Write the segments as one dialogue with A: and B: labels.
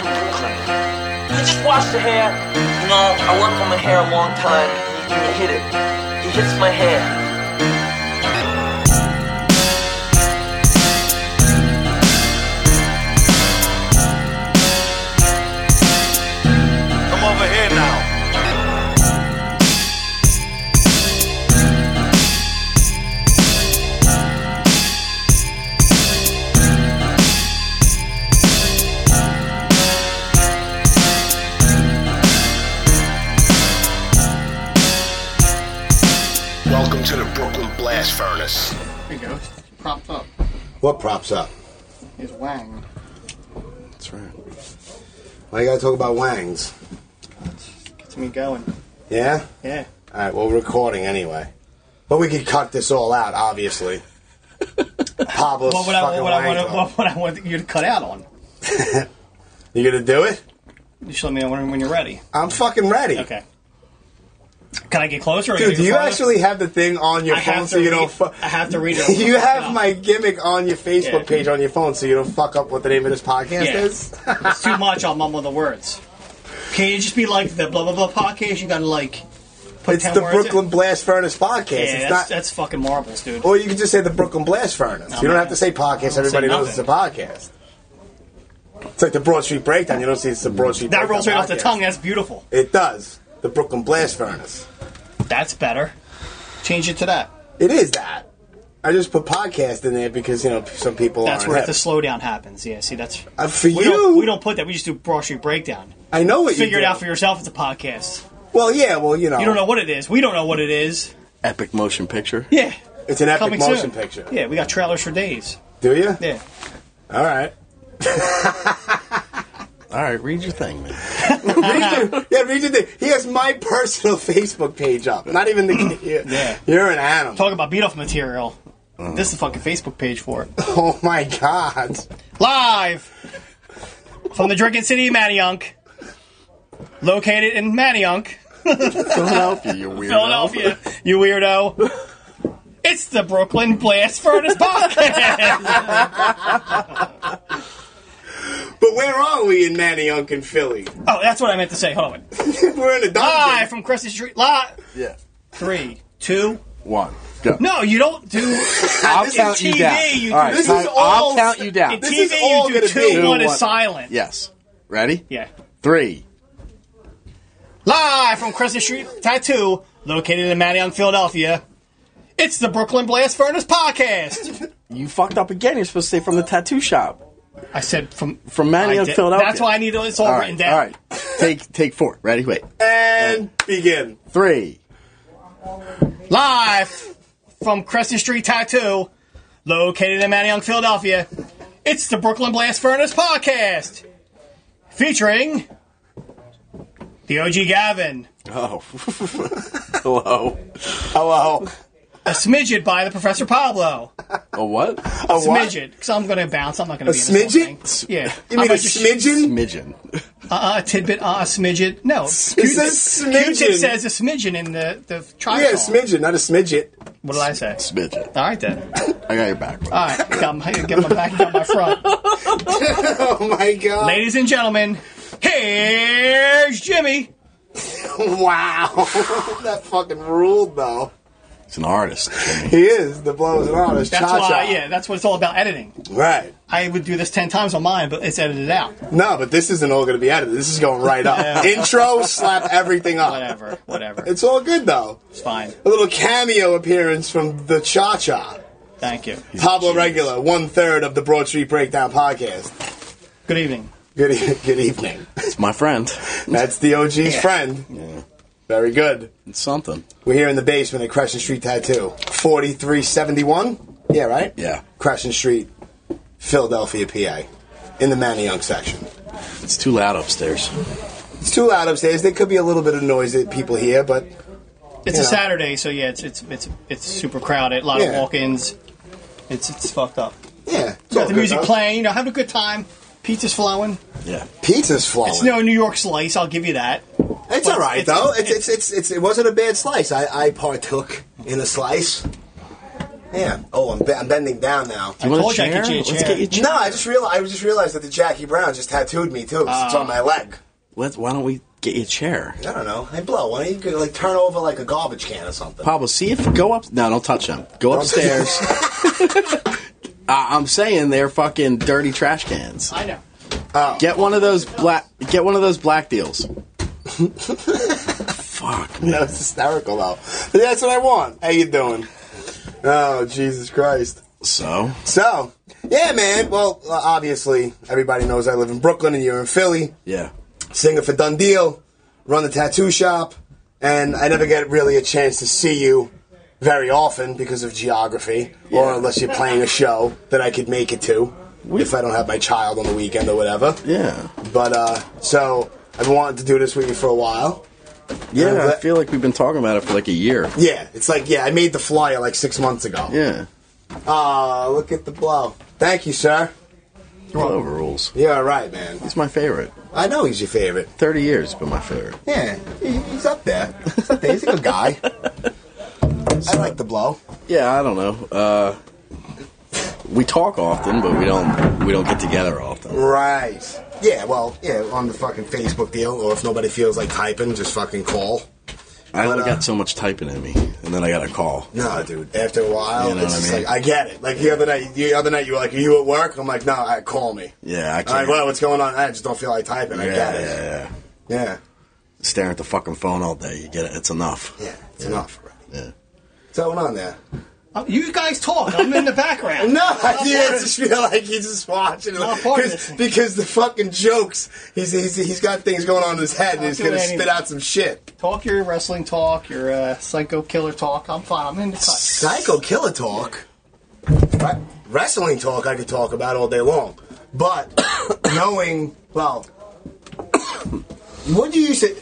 A: You just wash the hair. You know, I work on my hair a long time. He, he hit it. He hits my hair.
B: Come over here now.
C: Welcome to the Brooklyn Blast Furnace.
D: There you go. It's propped up.
E: What props up?
D: It's Wang.
E: That's right. Why you gotta talk about Wangs?
D: Gets me going.
E: Yeah?
D: Yeah.
E: All right, well, we're recording anyway. But we could cut this all out, obviously. Pablo's
D: What would I, what,
E: fucking
D: would I
E: wang
D: want,
E: talk.
D: what would I want you to cut out on?
E: You gonna do it?
D: You should let me know when, when you're ready.
E: I'm fucking ready.
D: Okay. Can I get closer? Or
E: Dude, do you
D: farther?
E: actually have the thing on your
D: I
E: phone
D: have
E: so
D: to
E: you
D: read-
E: don't fuck?
D: I have to read it.
E: You have
D: No.
E: my gimmick on your Facebook
D: Yeah.
E: page on your phone so you don't fuck up what the name of this podcast
D: Yeah.
E: is?
D: It's too much. I'll mumble the words. Can you just be like the blah blah blah podcast? You gotta like put
E: it's
D: 10
E: the
D: words in-
E: Brooklyn Blast Furnace podcast.
D: Yeah,
E: it's
D: that's,
E: not.
D: that's fucking marbles, dude.
E: Or you could just say the Brooklyn Blast Furnace. you don't
D: man.
E: have to say podcast.
D: I don't say
E: Everybody knows it's a podcast. It's like the Broad Street Breakdown. You don't see it's the Broad Street
D: That
E: Breakdown
D: rolls right off the
E: podcast.
D: tongue. That's beautiful.
E: It does. The Brooklyn Blast Furnace.
D: That's better. Change it to that.
E: It is that. I just put podcast in there because, you know, some people
D: That's
E: aren't
D: where
E: hip.
D: the slowdown happens. Yeah, see, that's
E: Uh, for
D: we
E: you,
D: Don't, we don't put that. We just do Broad Street Breakdown.
E: I know what
D: Figure
E: you
D: it
E: do.
D: out for yourself. It's a podcast.
E: Well, yeah, well, you know.
D: You don't know what it is. We don't know what it is.
B: Epic motion picture.
D: Yeah.
E: It's an epic
D: Coming
E: motion
D: soon.
E: picture.
D: Yeah, we got trailers for days.
E: Do you?
D: Yeah.
E: All right.
B: All right, read your thing, man.
E: read your, yeah, read your thing. He has my personal Facebook page up. Not even the. You're,
D: Yeah.
E: you're an animal.
D: Talk about beat off material.
E: Mm.
D: This is the fucking Facebook page for it.
E: Oh, my God.
D: Live from the Drinking City of Manayunk. Located in Manayunk,
B: Philadelphia, you weirdo.
D: Philadelphia. You weirdo. It's the Brooklyn Blast Furnace Podcast.
E: But where are we in Manayunk and Philly?
D: oh, that's what I meant to say. Hold on.
E: We're in the
D: Live
E: dungeon.
D: from Crescent Street. Live.
B: Yeah.
D: Three, two.
B: One. Go.
D: No, you don't do.
B: I'll
D: It's
B: count you
D: TV,
B: down.
D: you
B: all right,
D: do-
E: this
B: time-
E: is all-
B: I'll count you down.
D: In
E: This
D: TV,
E: is all
D: you do
E: gonna
D: two,
E: be-
D: one is
B: One.
D: silent.
B: Yes. Ready?
D: Yeah.
B: Three.
D: Live from Crescent Street Tattoo, located in Manayunk, Philadelphia. It's the Brooklyn Blast Furnace Podcast.
B: You fucked up again. You're supposed to say from the tattoo shop.
D: I said from
B: From
D: I
B: Manioc,
D: did-
B: Philadelphia.
D: That's why I need it's all,
B: All
D: written
B: right.
D: down.
B: All right. Take take four. Ready? Wait.
E: And begin.
B: Three.
D: Live from Crescent Street Tattoo, located in Manayunk, Philadelphia. It's the Brooklyn Blast Furnace Podcast, featuring the OG Gavin,
B: Oh. Hello.
E: Hello.
D: a smidget by the Professor Pablo.
B: A what?
E: A what?
D: smidget. Because I'm going to bounce. I'm not going to be in this
E: smidget?
D: whole thing. Yeah.
E: You mean a
D: I'm just-
E: smidgen?
B: Midgeon.
D: Uh, a tidbit. Uh, a smidget. No.
E: It says
D: Q-tip
E: smidgen.
D: says a smidgen in the the trial.
E: yeah, smidgen, not a smidget.
D: What did I say?
B: Midgeon.
D: All right then. All
B: I got your back. bro.
D: right. Got my, got my back. Got my front.
E: Oh my god.
D: Ladies and gentlemen, here's Jimmy.
E: Wow. that fucking ruled though.
B: He's an artist. Jimmy.
E: He is. The blows and all. It's
D: That's
E: cha cha.
D: why. Yeah. That's what it's all about. Editing.
E: Right.
D: I would do this ten times on mine, but it's edited out.
E: No, but this isn't all going to be edited. This is going right up. Intro, slap everything up.
D: Whatever. Whatever. It's
E: It's all good though.
D: fine.
E: A little cameo appearance from the Cha Cha.
D: Thank you.
E: Pablo Regula, one third of the Broad Street Breakdown podcast.
D: Good evening.
E: Good, e- good evening.
B: It's my friend.
E: That's the OG's friend.
B: Yeah.
E: Very good.
B: It's something.
E: We're here in the basement at Crescent Street Tattoo. 4371? Yeah, right?
B: Yeah.
E: Crescent Street, Philadelphia, PA. In the Manayunk section.
B: It's too loud upstairs.
E: It's too loud upstairs. There could be a little bit of noise that people hear, but
D: It's
E: Yeah.
D: a Saturday, so yeah, it's it's it's it's super crowded. A lot of
E: Yeah.
D: walk-ins. It's it's fucked up.
E: yeah. it's all
D: Got the
E: good,
D: music
E: though.
D: playing, you know, having a good time. Pizza's flowing.
B: Yeah.
E: Pizza's flowing.
D: It's no New York slice, I'll give you that.
E: It's
D: Well,
E: all right
D: it's-
E: though.
D: it's-
E: It's it's, it's it's it wasn't a bad slice. I, I partook in a slice. Yeah. Oh, I'm, be- I'm bending down now.
B: Do you want
D: told
B: a
D: you I
B: chair?
D: could get a
B: Let's
D: chair.
B: get you a chair.
E: No, I just realized. I just realized that the Jackie Brown just tattooed me too. 'cause it's
D: Ah.
E: on my leg.
B: Let's, why don't we get you a chair?
E: I don't know. Hey, blow. Why don't you go, like turn over like a garbage can or something?
B: Pablo, see if go up. No, don't touch them. Go upstairs. I- I'm saying they're fucking dirty trash cans.
D: I know.
B: Get one of those black. Get one of those black deals. Fuck. Man.
E: That was hysterical though. But that's what I want. How you doing? Oh Jesus Christ.
B: So
E: So yeah, man. Well, uh, obviously everybody knows I live in Brooklyn and you're in Philly.
B: yeah,
E: Singer for Done Deal, run the tattoo shop, and I never get really a chance to see you very often because of geography, or
B: Yeah.
E: unless you're playing a show that I could make it to
B: We-
E: if I don't have my child on the weekend or whatever.
B: yeah,
E: But uh, so I've been wanting to do this with you for a while.
B: yeah. I feel like we've been talking about it for like a year.
E: Yeah, it's like yeah, I made the flyer like six months ago.
B: Yeah.
E: Ah, look at the blow. Thank you, sir.
B: Clover rules.
E: You're all right, man.
B: He's my favorite.
E: I know he's your favorite.
B: Thirty years, but my favorite.
E: Yeah, he- he's up there. He's, up there. he's a good guy. I like the blow.
B: Yeah, I don't know. Uh, we talk often, but we don't we don't get together often.
E: Right. Yeah, well, yeah, on the fucking Facebook deal, or if nobody feels like typing, just fucking call.
B: I
E: But,
B: only
E: uh,
B: got so much typing in me, and then I got a call.
E: No, dude. After a while,
B: You know
E: it's
B: what I
E: just
B: mean?
E: like I get it. Like the other night, the other night you were like, "Are you at work?" I'm like, "No, all right, call me."
B: Yeah, I
E: All right,
B: can't.
E: well, what's going on? I just don't feel like typing. I
B: yeah,
E: get
B: yeah,
E: it.
B: yeah.
E: Yeah,
B: Staring at the fucking phone all day, you get it. It's enough.
E: yeah, it's enough.
B: Yeah.
E: What's going on there?
D: Uh, You guys talk. I'm in the background.
E: No, I did just feel like he's just watching,
D: Not
E: like,
D: part of
E: because
D: this.
E: because the fucking jokes. He's, he's he's got things going on in his head, and
D: Not
E: he's gonna
D: doing
E: spit
D: anything.
E: out some shit.
D: Talk your wrestling talk, your uh, psycho killer talk. I'm fine. I'm in the cut.
E: Psycho killer talk, Re- wrestling talk. I could talk about all day long, but knowing well, what do you say?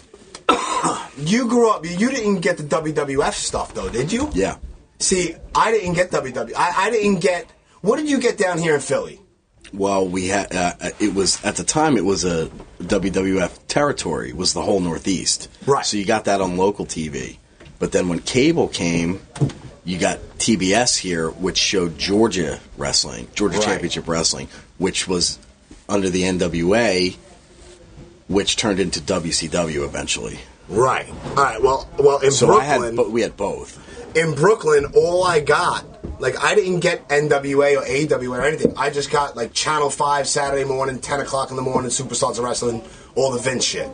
E: you grew up. You didn't get the WWF stuff though, did you?
B: Yeah.
E: See, I didn't get WW. I, I didn't get. What did you get down here in Philly?
B: Well, we had uh, it was at the time it was a WWF territory was the whole Northeast.
E: Right.
B: So you got that on local TV, but then when cable came, you got TBS here, which showed Georgia wrestling, Georgia
E: Right.
B: Championship Wrestling, which was under the NWA, which turned into WCW eventually.
E: Right. All right. Well, well, in
B: So
E: Brooklyn,
B: I had, but we had both.
E: in Brooklyn, all I got, like, I didn't get NWA or AWA or anything. I just got like Channel Five Saturday morning, ten o'clock in the morning, Superstars of Wrestling, all the Vince shit.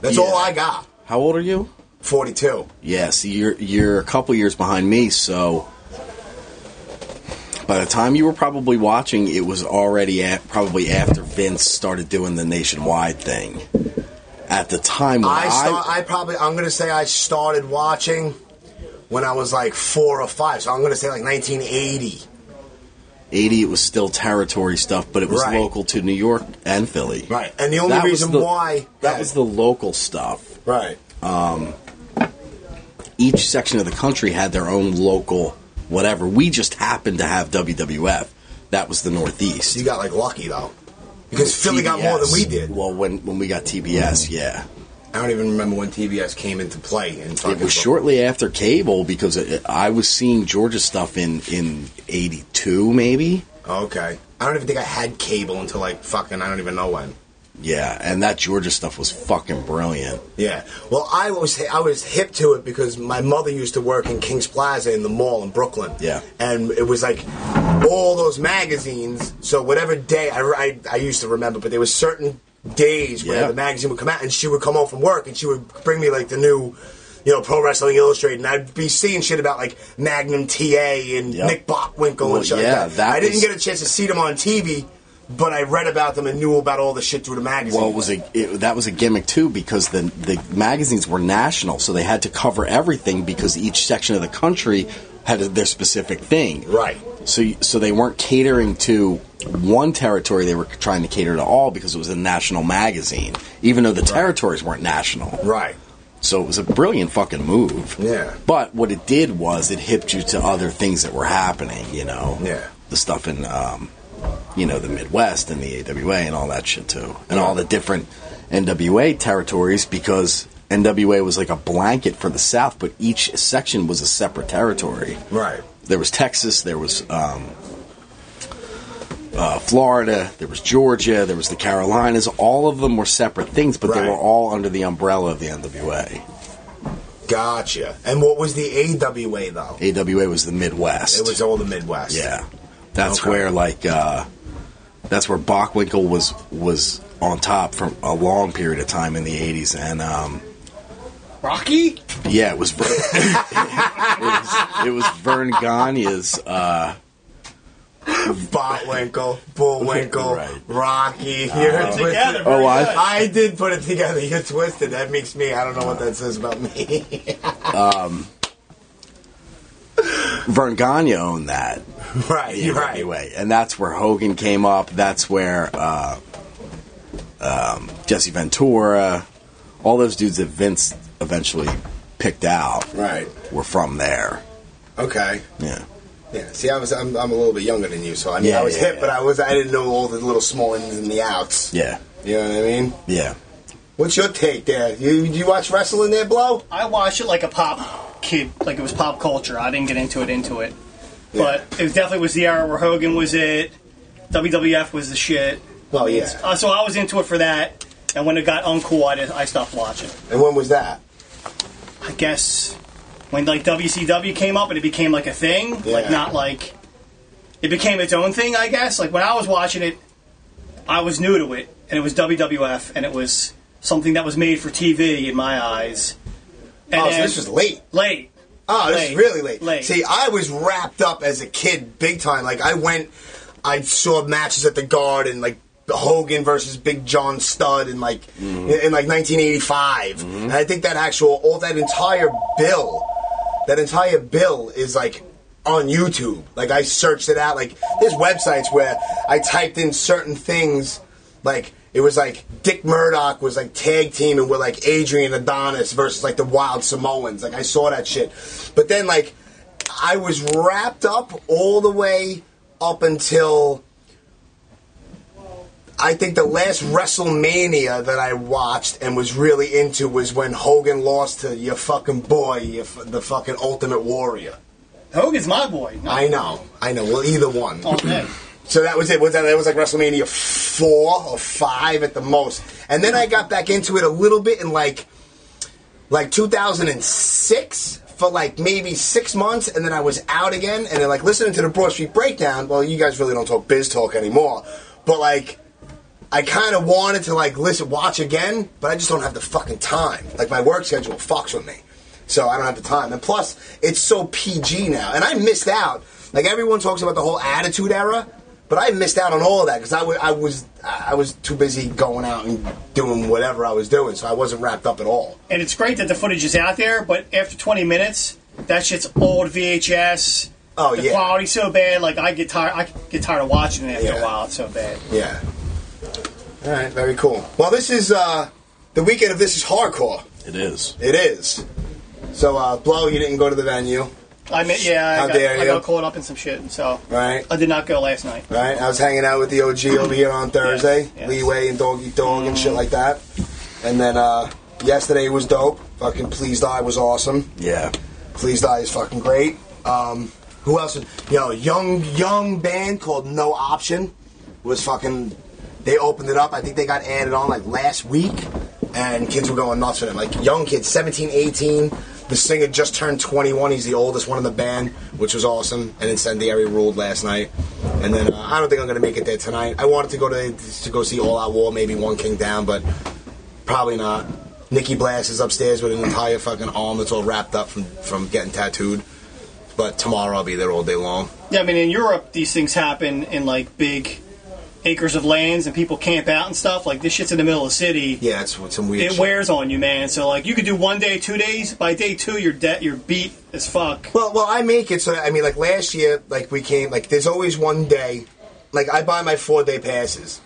E: That's
B: Yeah.
E: all I got.
B: How old are you?
E: Forty-two.
B: Yeah, see, you're you're a couple years behind me, so by the time you were probably watching, it was already at probably after Vince started doing the nationwide thing. At the time, when
E: I
B: I,
E: start, I probably I'm gonna say I started watching when I was like four or five. So I'm gonna say like 1980.
B: eighty, it was still territory stuff, but it was
E: Right.
B: local to New York and Philly.
E: Right. And the only
B: was
E: reason
B: the-
E: why
B: that was the local stuff.
E: right.
B: Each section of the country had their own local whatever. We just happened to have WWF. That was the Northeast.
E: You got like lucky though, because Philly got more than we
B: TBS.
E: did. Mm-hmm.
B: Well, when when we got TBS, yeah,
E: I don't even remember when TBS came into play. In
B: it was shortly after cable because it, I was seeing Georgia stuff in in '82 maybe.
E: Okay. I don't even think I had cable until like fucking I don't even know when.
B: Yeah, and that Georgia stuff was fucking brilliant.
E: Yeah. Well, I was I was hip to it because my mother used to work in Kings Plaza in the mall in Brooklyn.
B: Yeah.
E: And it was like all those magazines. So whatever day I I, I used to remember, but there was certain days where
B: Yeah.
E: the magazine would come out, and she would come home from work, and she would bring me like the new. You know, Pro Wrestling Illustrated, and I'd be seeing shit about like Magnum TA and
B: Yep.
E: Nick Bockwinkel
B: Well,
E: and shit
B: yeah,
E: like that.
B: that
E: I didn't
B: was-
E: get a chance to see them on TV, but I read about them and knew about all the shit through the magazine.
B: Well, it was a it, that was a gimmick too because the the magazines were national, so they had to cover everything because each section of the country had their specific thing.
E: Right.
B: So you- so they weren't catering to one territory; they were trying to cater to all because it was a national magazine, even though the territories weren't national.
E: Right.
B: So it was a brilliant fucking move.
E: Yeah.
B: But what it did was it hipped you to other things that were happening. You know.
E: Yeah.
B: The stuff in, um, you know, the Midwest and the AWA and all that shit too, and all the different NWA territories because NWA was like a blanket for the South, but each section was a separate territory.
E: Right.
B: there was Texas, there was um, uh, Florida, there was Georgia, there was the Carolinas. All of them were separate things, but they
E: Right.
B: were all under the umbrella of the NWA.
E: Gotcha. And what was the AWA though?
B: AWA was the Midwest.
E: It was all the Midwest.
B: yeah, that's
E: Okay.
B: where like uh, that's where Bockwinkel was was on top for a long period of time in the '80s, and um,
D: Rocky?
B: Yeah, it was. Ver- it was it was Vern Gagne's. Uh,
E: Botwinkle, Bullwinkle,
B: Right. Uh,
E: Rocky. You're
D: Together. very
E: twisted.
B: Oh, I-
D: good.
E: I did put it together. You're twisted. That makes me. I don't know what that says about me.
B: Vern Gagne owned that.
E: right. You're right.
B: Anyway, and that's where Hogan came up. That's where uh, um, Jesse Ventura, all those dudes that Vince eventually picked out,
E: Right.
B: were from there.
E: Okay.
B: Yeah.
E: Yeah. See, I was. I'm, I'm a little bit younger than you, so I mean,
B: Yeah,
E: I was
B: yeah,
E: hip,
B: yeah.
E: but I was. I didn't know all the little small ins and the outs.
B: Yeah.
E: You know what I mean?
B: Yeah.
E: What's your take there? You you watch wrestling there, blow?
D: I watched it like a pop kid, like it was pop culture. I didn't get into it, into it. But it was- definitely was the era where Hogan was it, WWF was the shit.
E: Well, yeah.
D: Uh, so I was into it for that. And when it got uncool, I, did, I stopped watching.
E: And when was that?
D: I guess when like WCW came up and it became like a thing,
E: Yeah.
D: like not like it became its own thing. I guess like when I was watching it, I was new to it, and it was WWF, and it was something that was made for TV in my eyes. And
E: Oh, so
D: then-
E: this was late.
D: late.
E: Oh, this is
D: Late.
E: really late.
D: Late.
E: See, I was wrapped up as a kid, big time. Like I went, I saw matches at the Garden, like Hogan versus Big John Studd in like in like 1985, and I think that actual all that entire bill, that entire bill is like on YouTube. Like I searched it out. Like there's websites where I typed in certain things, like. It was like Dick Murdoch was like tag teaming with like Adrian Adonis versus like the Wild Samoans. Like I saw that shit, but then like I was wrapped up all the way up until I think the last WrestleMania that I watched and was really into was when Hogan lost to your fucking boy, your, f- the fucking Ultimate Warrior.
D: Hogan's my boy. Not
E: I know, I know. Well, either one.
D: all day.
E: So that was it. Was that, that was like WrestleMania four or five at the most, and then I got back into it a little bit in like like 2006 for like maybe six months, and then I was out again, and then like listening to the Broad Street Breakdown. Well, you guys really don't talk biz talk anymore, but like. I kind of wanted to like listen, watch again, but I just don't have the fucking time. Like my work schedule fucks with me, so I don't have the time. And plus, it's so PG now, and I missed out. Like everyone talks about the whole Attitude Era, but I missed out on all of that because I wa- I was I was too busy going out and doing whatever I was doing, so I wasn't wrapped up at all.
D: And it's great that the footage is out there, but after 20 minutes, that shit's old VHS.
E: Oh,
D: the
E: yeah.
D: quality's so bad. Like I get tired. I get tired of watching it after
E: Yeah.
D: a while. It's so bad.
E: Yeah. All right. Very cool. Well, this is uh, the weekend of this is hardcore.
B: It is.
E: It is. So, uh, blow. You didn't go to the venue,
D: I mean, yeah, I
E: How
D: got,
E: dare
D: I
E: you.
D: got caught up in some shit, so
E: right?
D: I did not go last night.
E: Right, I was hanging out with the OG over here on Thursday,
D: yes.
E: Leeway and Doggy Dog and shit like that. And then uh, yesterday was dope. Fucking Please Die was awesome.
B: Yeah.
E: Please Die is fucking great. Um, who else? Yo, young young band called No Option was fucking. They opened it up. I think they got added on like last week, and kids were going nuts for them. Like young kids, 17, 18. The singer just turned 21. He's the oldest one in the band, which was awesome. And Incendiary ruled last night. And then uh, I don't think I'm gonna make it there tonight. I wanted to go to to go see All Out War, maybe One King Down, but Probably not. Nikki Blast is upstairs with an entire fucking arm that's all wrapped up from, from getting tattooed. But tomorrow I'll be there all day long.
D: Yeah, I mean, in Europe, these things happen in like big acres of lands, and people camp out and stuff. Like this shit's in the middle of the city.
E: Yeah, it's with some weird
D: It
E: shit.
D: wears on you, man. So like, you could do one day, two days. By day two, you're dead. You're beat as fuck.
E: Well, well, I make it so I mean, like last year, like we came, like there's always one day, like I buy my four day passes.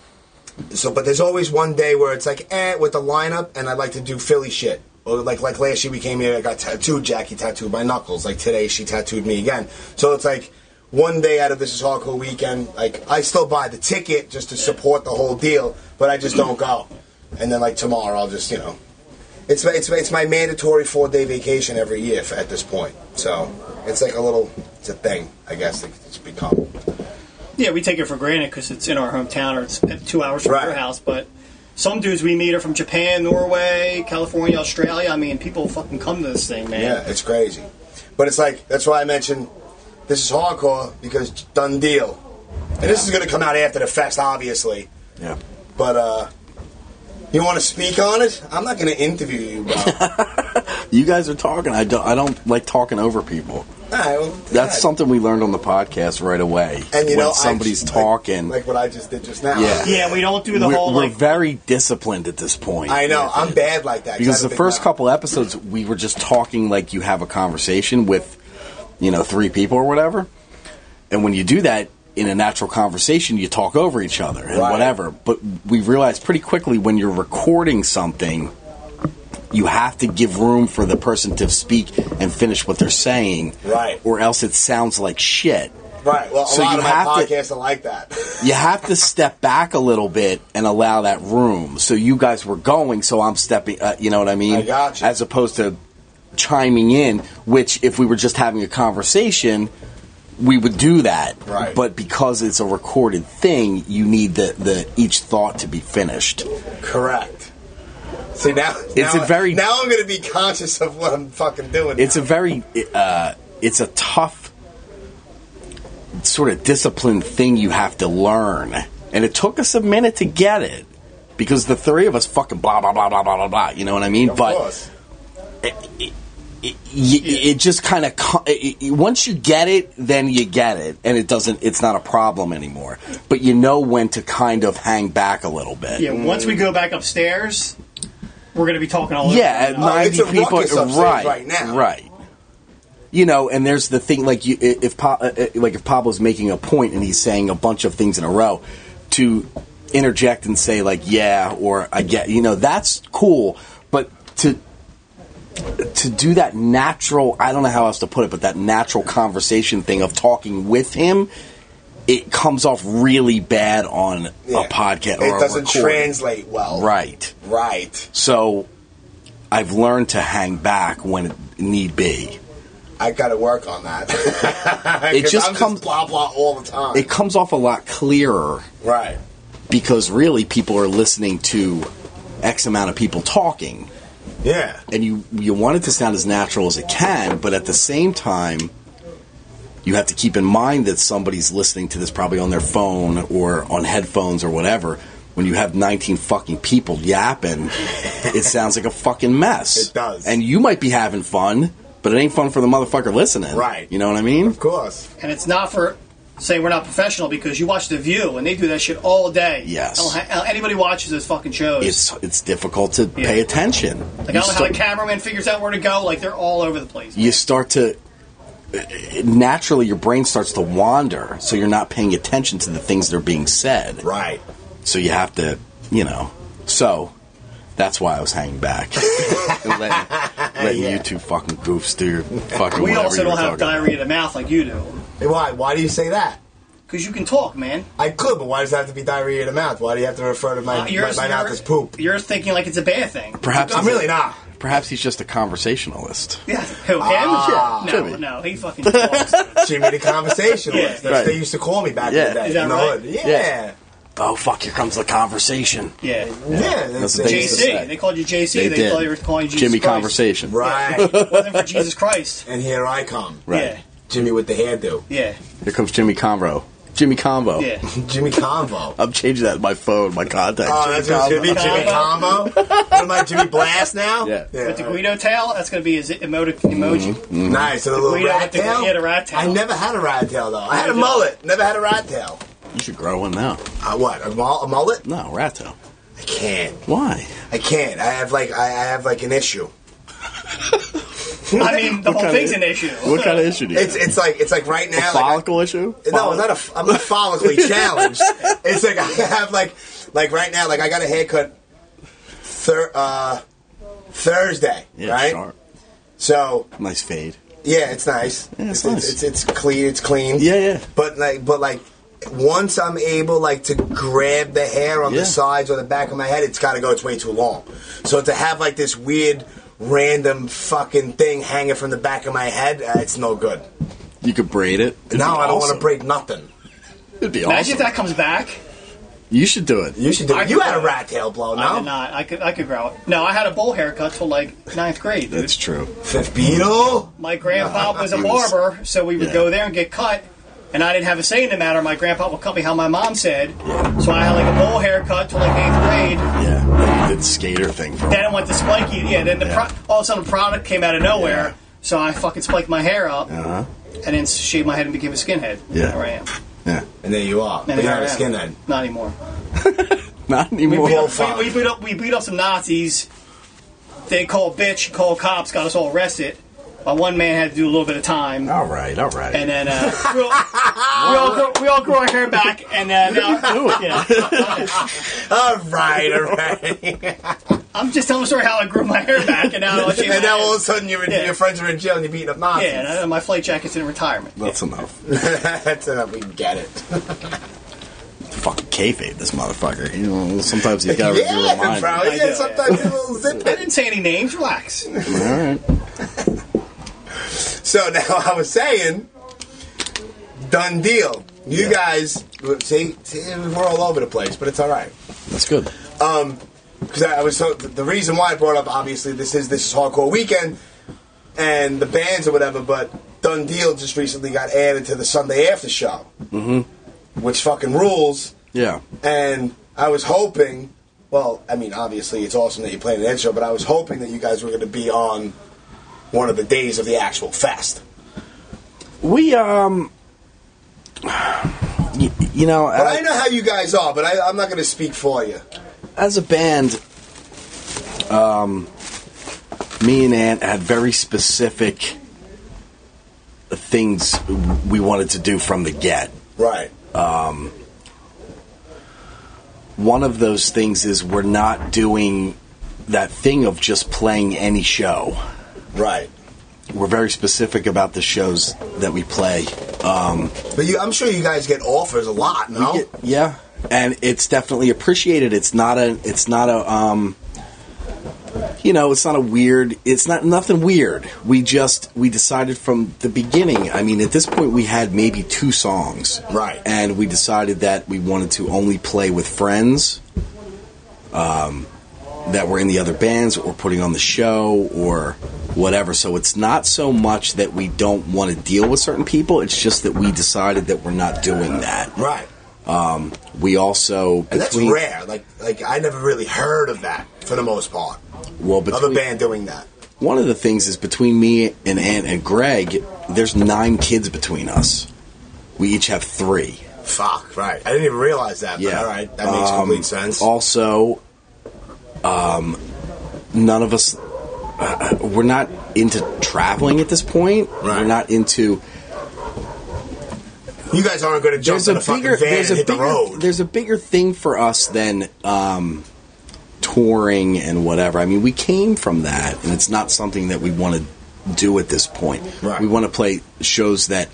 E: So, but there's always one day where it's like, eh, with the lineup, and I'd like to do Philly shit. Or like, like last year we came here, I got tattooed. Jackie tattooed my knuckles. Like today, she tattooed me again. So it's like one day out of this is hardcore weekend. Like I still buy the ticket just to support the whole deal, but I just don't go. And then like tomorrow, I'll just you know It's my, it's my, it's my mandatory four day vacation every year f at this point. So it's like a little it's a thing I guess it's become.
D: Yeah, we take it for granted because it's in our hometown or it's two hours from
E: Right.
D: your house. But some dudes we meet are from Japan, Norway, California, Australia. I mean, people fucking come to this thing, man.
E: Yeah, it's crazy. But it's like that's why I mentioned this is hardcore because done deal. And this is going to come out after the fest, obviously.
B: Yeah.
E: But uh, you want to speak on it? I'm not going to interview you, bro. All
B: You guys are talking. I don't. I don't like talking over people.
E: right, well,
B: That's
E: yeah.
B: something we learned on the podcast right away.
E: And you
B: when
E: know, I-
B: somebody's
E: like-
B: talking,
E: like, what I just did just now.
B: Yeah.
D: Yeah, we don't do the
B: we're,
D: whole
B: we're
D: like.
B: very disciplined at this point.
E: I know. I'm bad like that
B: because
E: I have
B: the
E: a big
B: first
E: mouth.
B: couple episodes we were just talking like you have a conversation with you know three people or whatever and when you do that in a natural conversation you talk over each other and
E: Right.
B: whatever but we realized pretty quickly when you're recording something you have to give room for the person to speak and finish what they're saying
E: Right.
B: or else it sounds like shit
E: Right. Well, a
B: So
E: lot
B: you
E: of my
B: have to-
E: podcasts are like that.
B: you have to step back a little bit and allow that room. So you guys were going, so I'm stepping. Uh, you know what I mean?
E: I got you.
B: As opposed to chiming in, which if we were just having a conversation, we would do that.
E: Right.
B: But because it's a recorded thing, you need the, the each thought to be finished.
E: Correct. See now,
B: It's
E: now-
B: a very-
E: now I'm going to be conscious of what I'm fucking doing.
B: It's a
E: now.
B: very uh, it's a tough sort of disciplined thing you have to learn, and it took us a minute to get it because the three of us fucking blah blah blah blah blah blah blah. You know what I mean?
E: of
B: but
E: course.
B: y- it just kind of once you get it, then you get it, and it doesn't. It's not a problem anymore. But you know when to kind of hang back a little bit.
D: yeah, once we go back upstairs, we're gonna be talking all.
B: Yeah, at
D: over.
E: Oh, it's
B: 90
E: a
B: people.
E: ruckus upstairs
B: right,
E: right now.
B: Right. You know, and there's the thing like you, i- if pa- uh, uh, like if Pablo's making a point and he's saying a bunch of things in a row, to interject and say like yeah or I get you know that's cool, but to to do that natural I don't know how else to put it, but that natural conversation thing of talking with him. It comes off really bad on
E: Yeah.
B: a podcast. Or
E: It doesn't
B: a recording.
E: translate well.
B: right?
E: Right.
B: So I've learned to hang back when it need be.
E: I got to work on that. it
B: just
E: I'm
B: comes-
E: just blah blah all the time.
B: It comes off a lot clearer
E: right.
B: because really people are listening to X amount of people talking.
E: Yeah.
B: And you, you want it to sound as natural as it can, but at the same time, you have to keep in mind that somebody's listening to this probably on their phone or on headphones or whatever. When you have 19 fucking people yapping, it sounds like a fucking mess.
E: It does.
B: And you might be having fun, but it ain't fun for the motherfucker listening.
E: Right.
B: You know what I mean?
E: Of course.
D: and it's not for saying we're not professional because you watch The View and they do that shit all day.
B: Yes.
D: I don't ha- how anybody watches those fucking shows.
B: It's it's difficult to
D: Yeah.
B: pay attention.
D: like I
B: You
D: don't know how
B: start-
D: the cameraman figures out where to go. Like they're all over the place.
B: you start to naturally your brain starts to wander so you're not paying attention to the things that are being said
E: Right.
B: so you have to you know so that's why i was hanging back And letting, letting you two fucking goofs do your fucking
D: we
B: whatever
D: also
B: you
D: don't
B: were
D: have
B: talking about.
D: diarrhea of the mouth like you do
E: Hey, Why? Why do you say that?
D: because you can talk, man.
E: I could, but why does it have to be diarrhea of the mouth? Why do you have to refer to my
D: Uh,
E: my, my mouth as poop?
D: You're thinking like it's a bad thing.
B: perhaps
E: I'm
B: he's a-
E: really not.
B: perhaps he's just a conversationalist
D: Yeah. Who, him?
E: Ah,
D: no,
B: Jimmy.
D: no, he fucking talks.
E: Jimmy the conversationalist.
D: Yeah.
E: That's
B: Right.
E: what they used to call me back
B: Yeah.
E: in the day.
D: Is that
E: in the
D: right?
E: hood. Yeah.
B: Yeah. oh fuck here comes the conversation
D: yeah.
E: Yeah.
B: That's
E: they-
B: what they used to
D: JC. They called you JC. They,
B: did.
D: thought you were calling you Jesus
B: jimmy
D: Christ.
B: conversation
E: Right.
D: It wasn't for Jesus Christ.
E: and here I come.
B: Right.
E: Jimmy with the hairdo.
D: Yeah.
B: here comes jimmy convo jimmy convo
D: Yeah. Yeah.
E: Jimmy
D: Oh,
E: Convo.
B: i'm changing that in my phone my contact
E: Oh, that's what it's gonna be, Jimmy Combo. what am I, Jimmy Blast now?
B: Yeah.
D: With the Guido tail, that's going to be his emoti-
B: Mm-hmm.
D: emoji.
E: Nice, and a little
D: Guido
E: rat
D: with the-
E: tail.
D: he had a rat tail.
E: I never had a rat tail though. I had a
D: Yeah.
E: mullet. Never had a rat tail.
B: you should grow one now
E: Uh, what? A, mul- a mullet?
B: no rat tail
E: I can't.
B: why
E: I can't. I have like I, I have like an issue.
D: I mean, the whole
B: kinda-
D: thing's an issue.
B: What kind of issue do you
E: It's
B: have?
E: it's like it's like right now. like, I-
B: follicle issue?
E: No, I'm not a, I'm not follically challenged. It's like I have like like right now, like I got a haircut thir- uh, Thursday,
B: yeah,
E: right?
B: sharp.
E: So
B: Nice fade.
E: yeah, it's nice.
B: Yeah,
E: it's,
B: it's nice.
E: It's, it's it's clean. It's clean.
B: Yeah, yeah.
E: But like but like once I'm able like to grab the hair on
B: Yeah.
E: the sides or the back of my head, it's got to go. It's way too long. So to have like this weird, random fucking thing hanging from the back of my head, uh, it's no good.
B: You could braid it. It'd
E: now
B: be
E: I don't want
B: awesome.
E: to break nothing.
B: It'd be
D: Imagine
B: awesome.
D: if that comes back.
B: you should do it.
E: You should do
D: I
E: it. You
D: could-
E: had a rat tail blow,
D: I did
E: no?
D: not. I could. I could grow it. No, I had a bowl haircut till like ninth grade. Dude.
B: That's true.
E: Fifth Beetle?
D: My grandpa was a
B: He was-
D: barber, so we would
B: yeah.
D: go there and get cut. And I didn't have a say in the matter. My grandpa would cut me how my mom said. So I had like a bowl haircut till like eighth grade.
B: Yeah, like you did the skater thing. For
D: Then I went to spiky. Yeah. Then the
B: Yeah.
D: Pro- all of a sudden the product came out of nowhere.
B: Yeah.
D: So I fucking spiked my hair up
B: uh huh.
D: and then shaved my head and became a skinhead.
B: Yeah.
D: There I am.
B: Yeah.
E: And there you are.
D: And
E: You're
D: here
E: not a
D: I am.
E: skinhead.
D: Not anymore.
B: Not
D: We
B: anymore.
D: beat,
E: Well,
D: up, we, we beat up we beat up some Nazis. They called bitch, called cops, got us all arrested. My one man had to do a little bit of time,
B: all right. All right.
D: and then uh, we, all, we, all grew, we all grew our hair back, and uh, now you know,
E: All right, all right.
D: I'm just telling the story how I grew my hair back, and now I shave my
E: and now
D: head.
E: all of a sudden your,
D: Yeah.
E: your friends are in jail and you're beating up Nazis.
D: yeah, and uh, my flight jacket's in retirement.
B: That's enough.
E: That's enough. We get it.
B: Fucking kayfabe this motherfucker. You know, sometimes you gotta be
E: yeah,
B: reminded.
E: bro.
D: I
E: Yeah,
D: do,
E: sometimes you little zip
D: I
E: it.
D: didn't say any names. Relax.
B: All right.
E: So now I was saying, done deal. You guys, see, see, we're all over the place, but it's all right.
B: That's good.
E: because I, I was so the the reason why I brought up obviously this is this is hardcore weekend and the bands or whatever, but Done Deal just recently got added to the Sunday after show, mm-hmm. which fucking rules.
B: Yeah.
E: And I was hoping, well, I mean, obviously it's awesome that you played an ed show, but I was hoping that you guys were going to be on one of the days of the actual fest.
B: We um. You, you know,
E: But I know how you guys are, but I, I'm not going to speak for you.
B: as a band, um, me and Ant had very specific things we wanted to do from the get.
E: Right.
B: One of those things is we're not doing that thing of just playing any show.
E: Right.
B: We're very specific about the shows that we play. Um,
E: But you, I'm sure you guys get offers a lot, no?
B: Y- yeah and it's definitely appreciated it's not a it's not a um you know it's not a weird it's not nothing weird we just we decided from the beginning i mean at this point we had maybe two songs
E: Right.
B: and we decided that we wanted to only play with friends um that were in the other bands or putting on the show or whatever so it's not so much that we don't want to deal with certain people it's just that we decided that we're not doing that
E: right.
B: we also
E: And that's
B: between-
E: rare. Like, like I never really heard of that for the most part.
B: Well, between,
E: Of a band doing that.
B: One of the things is between me and Ant and Greg, there's nine kids between us. We each have three.
E: Fuck, right. I didn't even realize that. But
B: Yeah.
E: all right, that makes
B: Um,
E: complete sense.
B: Also, um, none of us uh, we're not into traveling at this point. We're
E: Right.
B: not into
E: you guys aren't going to jump
B: there's
E: in
B: a
E: a, fucking
B: bigger
E: van and
B: there's a
E: hit the
B: bigger
E: road.
B: there's a bigger thing for us than um, touring and whatever. I mean, we came from that, and it's not something that we want to do at this point.
E: Right.
B: We want to play shows that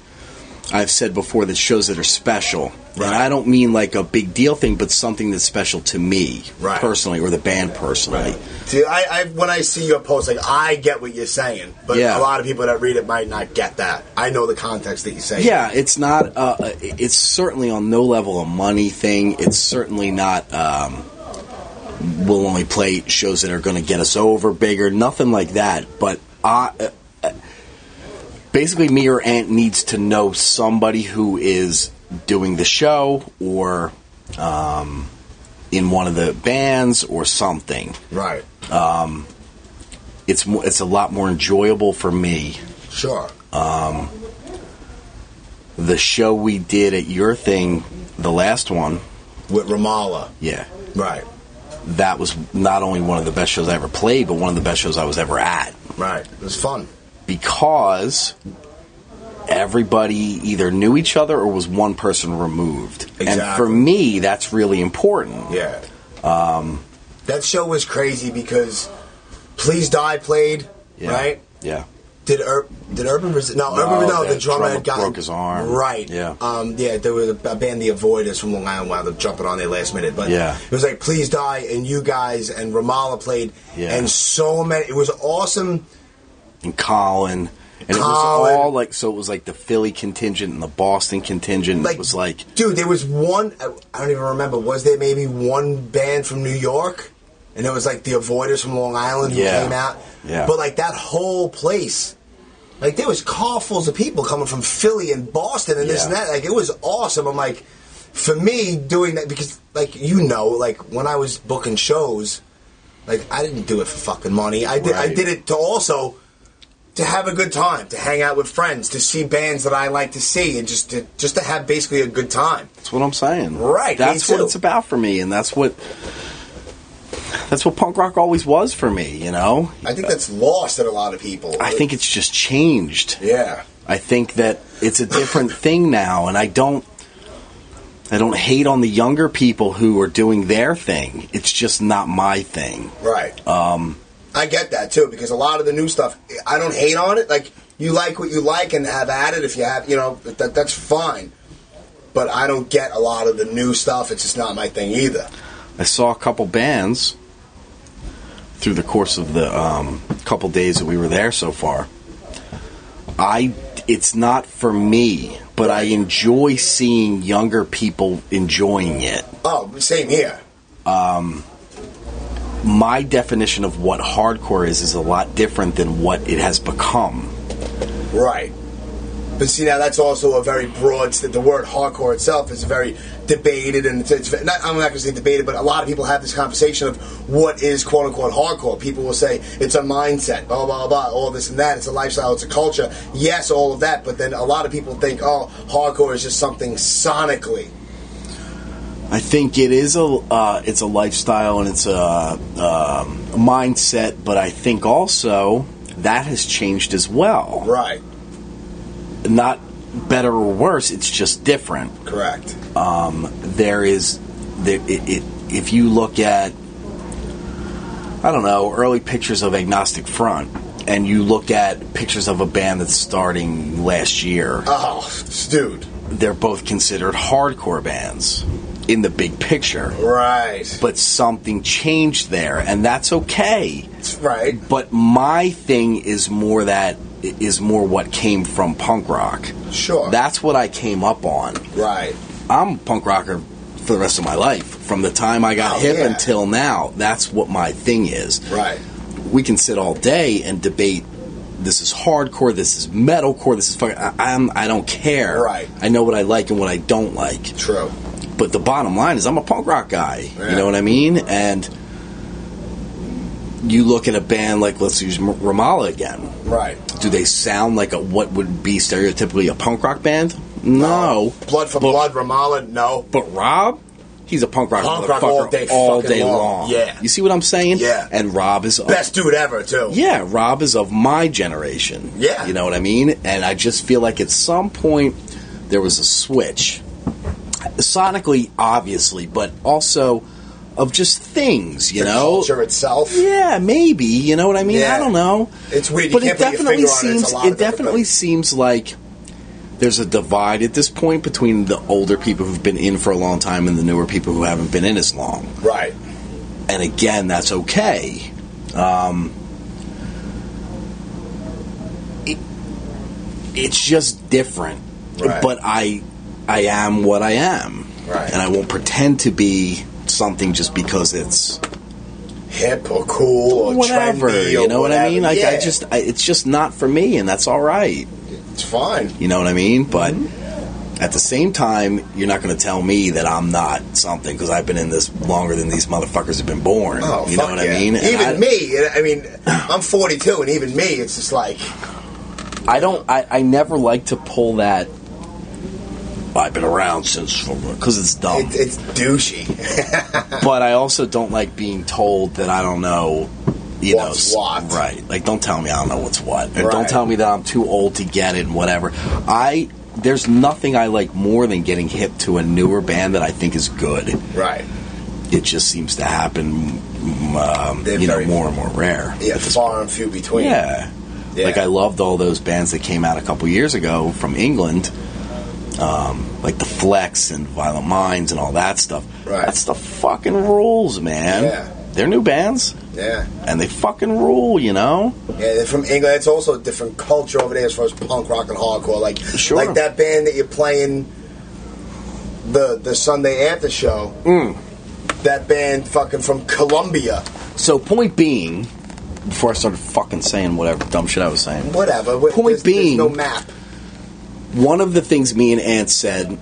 B: I've said before that shows that are special.
E: Right.
B: And I don't mean like a big deal thing, but something that's special to me
E: Right.
B: personally or the band personally.
E: See, I, I, when I see your post, like I get what you're saying, but
B: Yeah.
E: a lot of people that read it might not get that. I know the context that you say.
B: Yeah, it's not. Uh, it's certainly on no level a money thing. It's certainly not. Um, we'll only play shows that are going to get us over bigger. Nothing like that. But I, uh, uh, basically, me or Aunt needs to know somebody who is doing the show or um, in one of the bands or something.
E: right.
B: It's mo- it's a lot more enjoyable for me
E: Sure.
B: the show we did at your thing, the last one,
E: With Ramallah,
B: yeah,
E: right,
B: that was not only one of the best shows I ever played, but one of the best shows I was ever at
E: right. It was fun.
B: because everybody either knew each other or was one person removed. And for
E: Exactly.
B: me, that's really important.
E: Yeah. Um, that show was crazy because Please Die played,
B: Yeah.
E: right?
B: Yeah.
E: Did Ur- did Urban Resist? No, Urban no.
B: the
E: The drummer,
B: drummer
E: had gotten,
B: broke his arm.
E: Right.
B: Yeah.
E: Um. Yeah. There was a a band, The Avoiders from Long Island, wound up jumping on there last minute. But
B: Yeah.
E: it was like Please Die and you guys and Ramallah played.
B: Yeah.
E: And so many. It was awesome.
B: and Colin. And it was
E: Colin.
B: all like so. It was like the Philly contingent and the Boston contingent.
E: Like
B: it was like
E: dude, there was one. I I don't even remember. Was there maybe one band from New York? And it was like the Avoiders from Long Island who
B: Yeah.
E: came out.
B: Yeah.
E: But like that whole place. Like there was carfuls of people coming from Philly and Boston and this
B: Yeah.
E: and that. Like it was awesome. I'm like, for me doing that because like you know, like when I was booking shows, like I didn't do it for fucking money. I did. I
B: Right.
E: did it to also to have a good time, to hang out with friends, to see bands that I like to see, and just to just to have basically a good time.
B: that's what I'm saying.
E: Right, me
B: That's what
E: too.
B: it's about for me, and that's what that's what punk rock always was for me. You know,
E: I think that's lost at a lot of people.
B: I think it's just changed.
E: yeah.
B: I think that it's a different thing now, and I don't. I don't hate on the younger people who are doing their thing. It's just not my thing.
E: Right. Um, I get that too because a lot of the new stuff, I don't hate on it. Like you like what you like and have at it if you have, you know, that that's fine. But I don't get a lot of the new stuff. It's just not my thing either.
B: I saw a couple bands through the course of the um, couple days that we were there so far. I it's not for me, but I enjoy seeing younger people enjoying it.
E: Oh, same here.
B: My definition of what hardcore is is a lot different than what it has become.
E: Right. But see, now that's also a very broad. st- The word hardcore itselve is very debated, and it's, it's not, I'm not going to say debated, but a lot of people have this conversation of what is quote unquote hardcore. People will say it's a mindset, blah blah blah, all this and that. It's a lifestyle, it's a culture. Yes, all of that. But then a lot of people think, oh, hardcore is just something sonically.
B: I think it is a uh, it's a lifestyle and it's a um, mindset, but I think also that has changed as well.
E: Right.
B: Not better or worse, it's just different. Um,
E: Correct.
B: there is there, it, it, if you look at i don't know early pictures of agnostic front and you look at pictures of a band that's starting last year
E: Oh, dude.
B: they're both considered hardcore bands in the big picture
E: Right.
B: but something changed there and that's okay
E: right.
B: but my thing is more that is more what came from punk rock
E: Sure.
B: that's what i came up on
E: Right.
B: I'm a punk rocker for the rest of my life. From the time I got
E: Oh,
B: hip
E: yeah.
B: until now, that's what my thing is.
E: Right.
B: We can sit all day and debate. This is hardcore. This is metalcore. This is fucking. I, I'm. I don't care.
E: Right.
B: I know what I like and what I don't like.
E: True.
B: But the bottom line is, I'm a punk rock guy. You
E: Yeah.
B: know what I mean? And you look at a band like let's use M- Ramallah again.
E: Right.
B: Do they sound like a what would be stereotypically a punk rock band? No.
E: Blood for
B: But-
E: blood. Ramallah. No.
B: but Rob, he's a punk rock
E: Punk
B: motherfucker
E: rock all day
B: all
E: fucking
B: day long.
E: long. Yeah.
B: You see what I'm saying?
E: Yeah.
B: And Rob is of-
E: Best dude ever too.
B: yeah, Rob is of my generation.
E: Yeah.
B: You know what I mean? And I just feel like at some point there was a switch. Sonically, obviously, but also of just things, you
E: the
B: know?
E: culture itself.
B: Yeah, maybe. You know what I mean?
E: Yeah.
B: I don't know.
E: It's weird. You
B: but
E: can't
B: it
E: put your
B: definitely
E: finger on it. It's a
B: seems
E: lot
B: it
E: of different
B: definitely
E: things.
B: seems like there's a divide at this point between the older people who've been in for a long time and the newer people who haven't been in as long.
E: Right.
B: And again, that's okay. Um, it, it's just different.
E: Right.
B: But I I am what I am.
E: Right.
B: And I won't pretend to be something just because it's
E: Hip or cool or
B: whatever.
E: trendy or
B: you know what I
E: whatever.
B: mean? Like I
E: Yeah,
B: just, I, it's just not for me, and that's all right.
E: it's fine.
B: You know what I mean? But
E: Mm-hmm.
B: at the same time, you're not going to tell me that I'm not something because I've been in this longer than these motherfuckers have been born.
E: Oh,
B: you
E: fuck
B: know what
E: yeah.
B: I mean? And
E: Even
B: I,
E: me. and I mean, I'm 42, and even me, it's just like
B: I don't. I, I never like to pull that. I've been around since because it's dumb.
E: it, it's douchey.
B: but I also don't like being told that I don't know. You
E: What's
B: know,
E: what.
B: Right. Like, don't tell me I don't know what's what, or don't
E: Right.
B: tell me that I'm too old to get it and whatever. I there's nothing I like more than getting hip to a newer band that I think is good.
E: right.
B: It just seems to happen, um,
E: They're
B: you know,
E: very-
B: more and more rare.
E: Yeah,
B: at this
E: far and few between.
B: Yeah.
E: Yeah.
B: Like I loved all those bands that came out a couple years ago from England, um, like the Flex and Violent Minds and all that stuff.
E: Right.
B: That's the fucking rules, man.
E: Yeah.
B: They're new bands
E: Yeah.
B: and they fucking rule, you know.
E: Yeah, they're from England. It's also a different culture over there as far as punk rock and hardcore. Like,
B: Sure.
E: like that band that you're playing the the Sunday after show.
B: Mm.
E: That band fucking from Colombia.
B: So point being, before I started fucking saying whatever dumb shit I was saying,
E: Whatever.
B: Point
E: there's,
B: being-
E: there's no map.
B: one of the things me and Ant said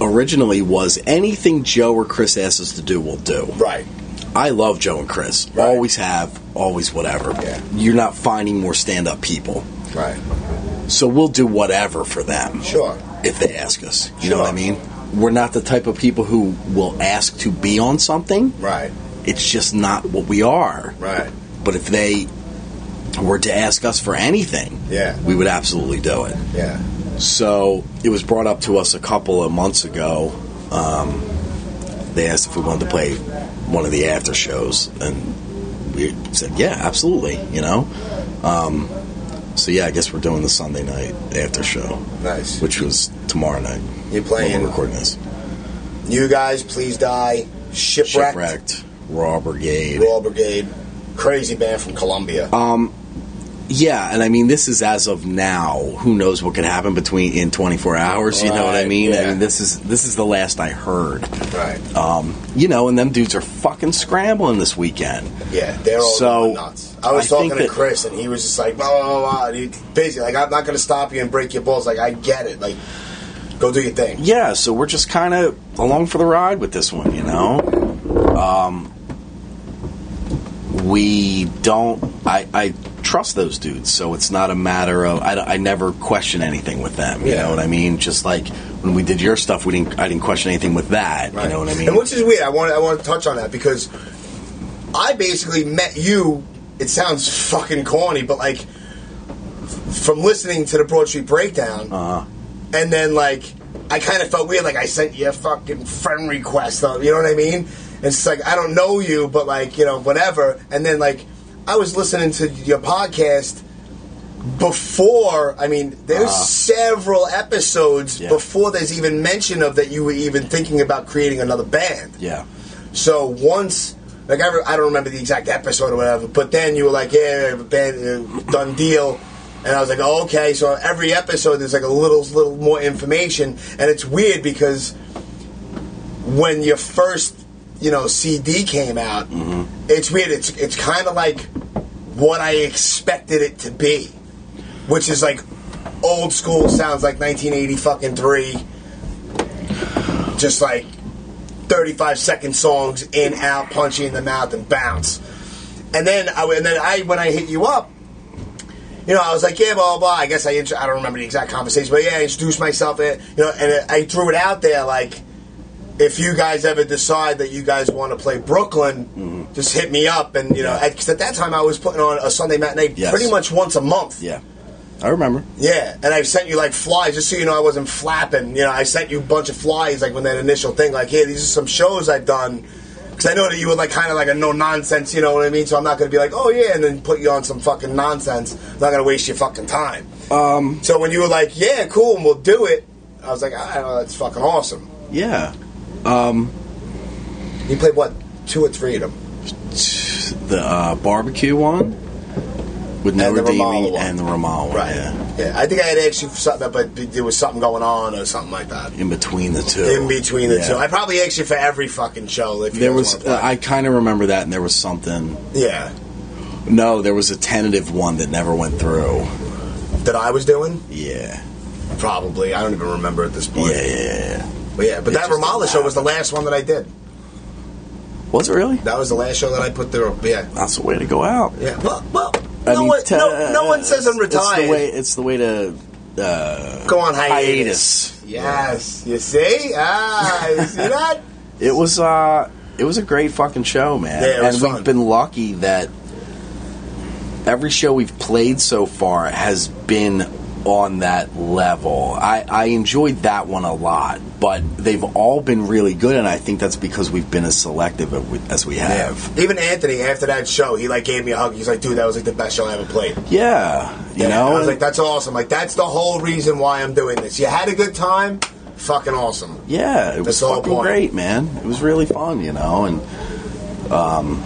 B: originally was anything Joe or Chris asks us to do, we'll do.
E: Right.
B: I love Joe and Chris.
E: Right.
B: Always have, always whatever.
E: Yeah.
B: You're not finding more stand up people.
E: Right.
B: So we'll do whatever for them.
E: Sure.
B: If they ask us. You know what I
E: Sure.
B: mean? We're not the type of people who will ask to be on something.
E: Right.
B: It's just not what we are.
E: Right.
B: But if they were to ask us for anything,
E: Yeah.
B: we would absolutely do it.
E: Yeah.
B: So it was brought up to us a couple of months ago. Um, they asked if we wanted to play one of the after shows, and we said, "Yeah, absolutely." You know. Um, so yeah, I guess we're doing the Sunday night after show,
E: Nice.
B: which was tomorrow night.
E: You're playing-
B: when we're recording this.
E: You guys, please die. Shipwrecked.
B: Shipwrecked, Raw Brigade.
E: Royal Brigade. Crazy band from Colombia.
B: Um, Yeah, and I mean this is as of now. Who knows what could happen between in 24 hours? You know what I
E: Right,
B: mean? I
E: yeah.
B: mean this is this is the last I heard.
E: right.
B: Um, you know, and them dudes are fucking scrambling this weekend.
E: Yeah, they're all
B: So,
E: going nuts. I was
B: I
E: talking
B: think
E: to
B: that-
E: Chris, and he was just like, blah, blah, blah, blah. and He's busy. Like, I'm not going to stop you and break your balls. Like, I get it. Like, go do your thing.
B: Yeah, so we're just kind of along for the ride with this one, you know. Um, we don't. I, I trust those dudes, so it's not a matter of. I, don't- I never question anything with them. You
E: Yeah.
B: know what I mean? Just like when we did your stuff, we didn't. I didn't question anything with that. You know what I mean?
E: And which is weird. I want I want to touch on that because I basically met you. It sounds fucking corny, but like f- from listening to the Broad Street Breakdown,
B: Uh-huh.
E: and then like I kind of felt weird. Like I sent you a fucking friend request. uh, You know what I mean? And it's like I don't know you, but like you know whatever. And then like I was listening to your podcast. Before, I mean, there's several episodes
B: Uh-huh. Yeah.
E: before there's even mention of that you were even thinking about creating another band.
B: yeah.
E: So once, like I, re- I don't remember the exact episode or whatever, but then you were like, yeah, we have a band, uh, done deal. And I was like, oh, okay. So every episode, there's like a little, little more information, and it's weird because when your first, you know, CD came out, it's weird. It's it's kind of like what I expected it to be, which is like old school sounds like 1980 fucking three, just like 35 second songs in out punch you in the mouth and bounce and then I and then I when I hit you up you know I was like yeah blah blah, blah. I guess I intro, I don't remember the exact conversation but yeah I introduced myself and you know and I threw it out there like if you guys ever decide that you guys want to play Brooklyn just hit me up and you know at, 'cause at that time I was putting on a Sunday matinee
B: Yes.
E: pretty much once a month
B: Yeah. I remember.
E: yeah, and I sent you like flies just so you know I wasn't flapping. You know, I sent you a bunch of flies like when that initial thing, like, hey, these are some shows I've done. Because I know that you were like kind of like a no nonsense, you know what I mean? So I'm not going to be like, oh yeah, and then put you on some fucking nonsense. I'm not going to waste your fucking time. Um. So when you were like, yeah, cool, and we'll do it, I was like, all right, well, that's fucking awesome.
B: Yeah.
E: You played what, two or three of them?
B: The uh, barbecue one with no
E: And the Ramallah
B: redeeming
E: one.
B: and the Ramal one. Yeah.
E: Yeah. I think I had asked you for something, but there was something going on or something like that.
B: In between the two.
E: In between the
B: Yeah.
E: two, I probably asked you for every fucking show. If you
B: There
E: guys
B: was.
E: wanna play.
B: Uh, I kind of remember that, and there was something.
E: yeah.
B: No, there was a tentative one that never went through.
E: that I was doing?
B: Yeah.
E: Probably. I don't even remember at this
B: Yeah,
E: point.
B: yeah, yeah.
E: But yeah, but
B: It
E: that
B: just
E: Ramallah
B: didn't
E: show was the
B: happen.
E: last one that I did.
B: Was it really?
E: That was the last show that I put through. Yeah.
B: That's the way to go out.
E: Yeah. Well, well
B: I
E: no,
B: mean,
E: one,
B: t-
E: no, no one says I'm
B: it's-
E: retired.
B: It's the way, it's the way to uh,
E: Go on hiatus.
B: hiatus.
E: Yes. You see? Ah, you see that?
B: It was uh, it was a great fucking show, man.
E: Yeah, it was
B: and
E: fun.
B: we've been lucky that every show we've played so far has been on that level. I, I enjoyed that one a lot, but they've all been really good, and I think that's because we've been as selective as we- as we have.
E: Even Anthony, after that show, he like gave me a hug. He's like, "Dude, that was like the best show I ever played."
B: Yeah, you
E: Yeah,
B: know,
E: I was like, "That's awesome! Like that's the whole reason why I'm doing this. You had a good time, fucking awesome."
B: yeah, it was
E: That's the whole
B: fucking
E: point.
B: great, man. It was really fun, you know, and um,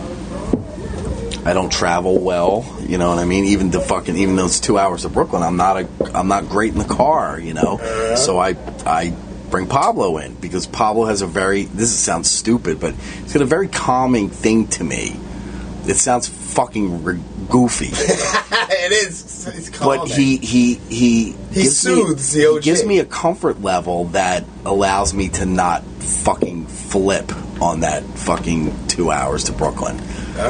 B: I don't travel well, you know what I mean. Even the fucking even those two hours of Brooklyn, I'm not a I'm not great in the car, you know. So I I bring Pablo in because Pablo has a very this sounds stupid, but he's got a very calming thing to me. It sounds fucking re- goofy.
E: it is. It's calm,
B: but he he he
E: He
B: gives
E: soothes
B: me,
E: the
B: He
E: OG.
B: gives me a comfort level that allows me to not fucking flip on that fucking two hours to Brooklyn.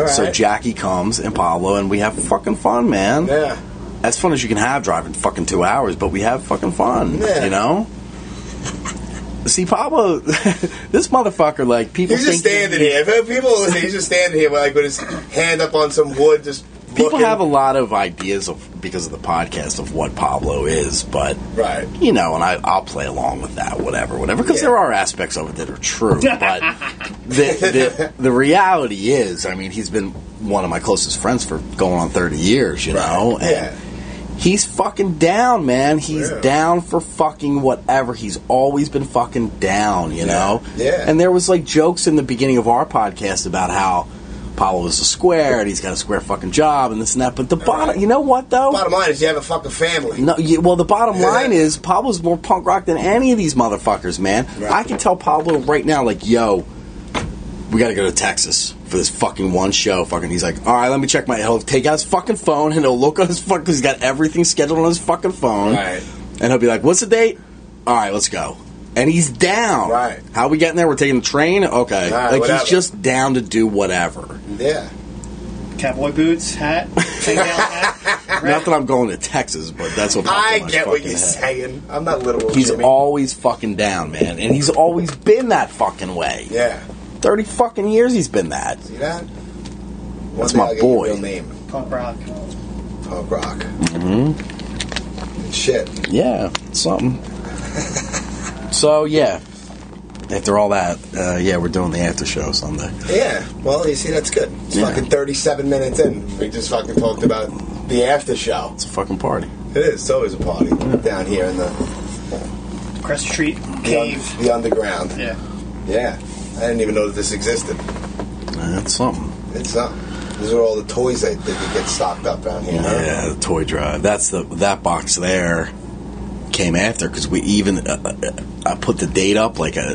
B: So
E: right.
B: Jackie comes and Pablo and we have fucking fun, man.
E: Yeah.
B: As fun as you can have driving fucking two hours, but we have fucking fun.
E: Yeah.
B: You know? See Pablo this motherfucker like people
E: He's just
B: think he-
E: standing here. If people listen, he's just standing here, like with his hand up on some wood, just
B: People
E: looking.
B: have a lot of ideas of because of the podcast of what Pablo is, but
E: Right.
B: you know, and I, I'll play along with that, whatever, whatever, because
E: Yeah.
B: there are aspects of it that are true. But the, the the reality is, I mean, he's been one of my closest friends for going on thirty years, you know, and
E: Yeah.
B: he's fucking down, man. He's
E: Yeah.
B: down for fucking whatever. He's always been fucking down, you know.
E: Yeah.
B: And there was like jokes in the beginning of our podcast about how. Apollo is a square, and he's got a square fucking job, and this and that. But the bottom, you know what though?
E: Bottom line is, you have a fucking family.
B: No, you, well, the bottom
E: Yeah.
B: line is Pablo's more punk rock than any of these motherfuckers, man.
E: Right.
B: I can tell Pablo right now, like, yo, we got to go to Texas for this fucking one show. Fucking, he's like, all right, let me check my. He'll take out his fucking phone and he'll look on his fucking. He's got everything scheduled on his fucking phone,
E: Right.
B: and he'll be like, what's the date? All right, let's go. And he's down.
E: Right.
B: How we getting there? We're taking the train.
E: All
B: Okay.
E: right,
B: like
E: whatever.
B: he's just down to do whatever.
E: Yeah.
D: Cowboy boots, hat, hangnail hat.
B: Not that I'm going to Texas, but that's what popped in
E: I
B: my
E: get what
B: fucking
E: you're
B: head.
E: saying. I'm not literal.
B: He's
E: Jimmy.
B: always fucking down, man, and he's always been that fucking way.
E: Yeah.
B: Thirty fucking years he's been that.
E: See that?
B: That's
E: One day
B: my
E: I'll get
B: boy.
E: Your real name.
D: Punk rock.
E: Punk rock. Mm-hmm.
B: Mm-hmm.
E: Shit.
B: Yeah, something. so yeah, after all that, uh, yeah, we're doing the after show Sunday.
E: Yeah. Well, you see, that's good. It's
B: Yeah.
E: fucking 37 minutes in. We just fucking talked about the after show.
B: It's a fucking party.
E: It is. It's always a party down here in the
D: Crest Street
E: the,
D: cave.
E: un- the underground.
D: Yeah.
E: Yeah. I didn't even know that this existed.
B: That's something.
E: It's not. These are all the toys that, that could get stocked up down here. huh?
B: Yeah, the toy drive. That's the that box there came after because we even uh, uh, I put the date up like a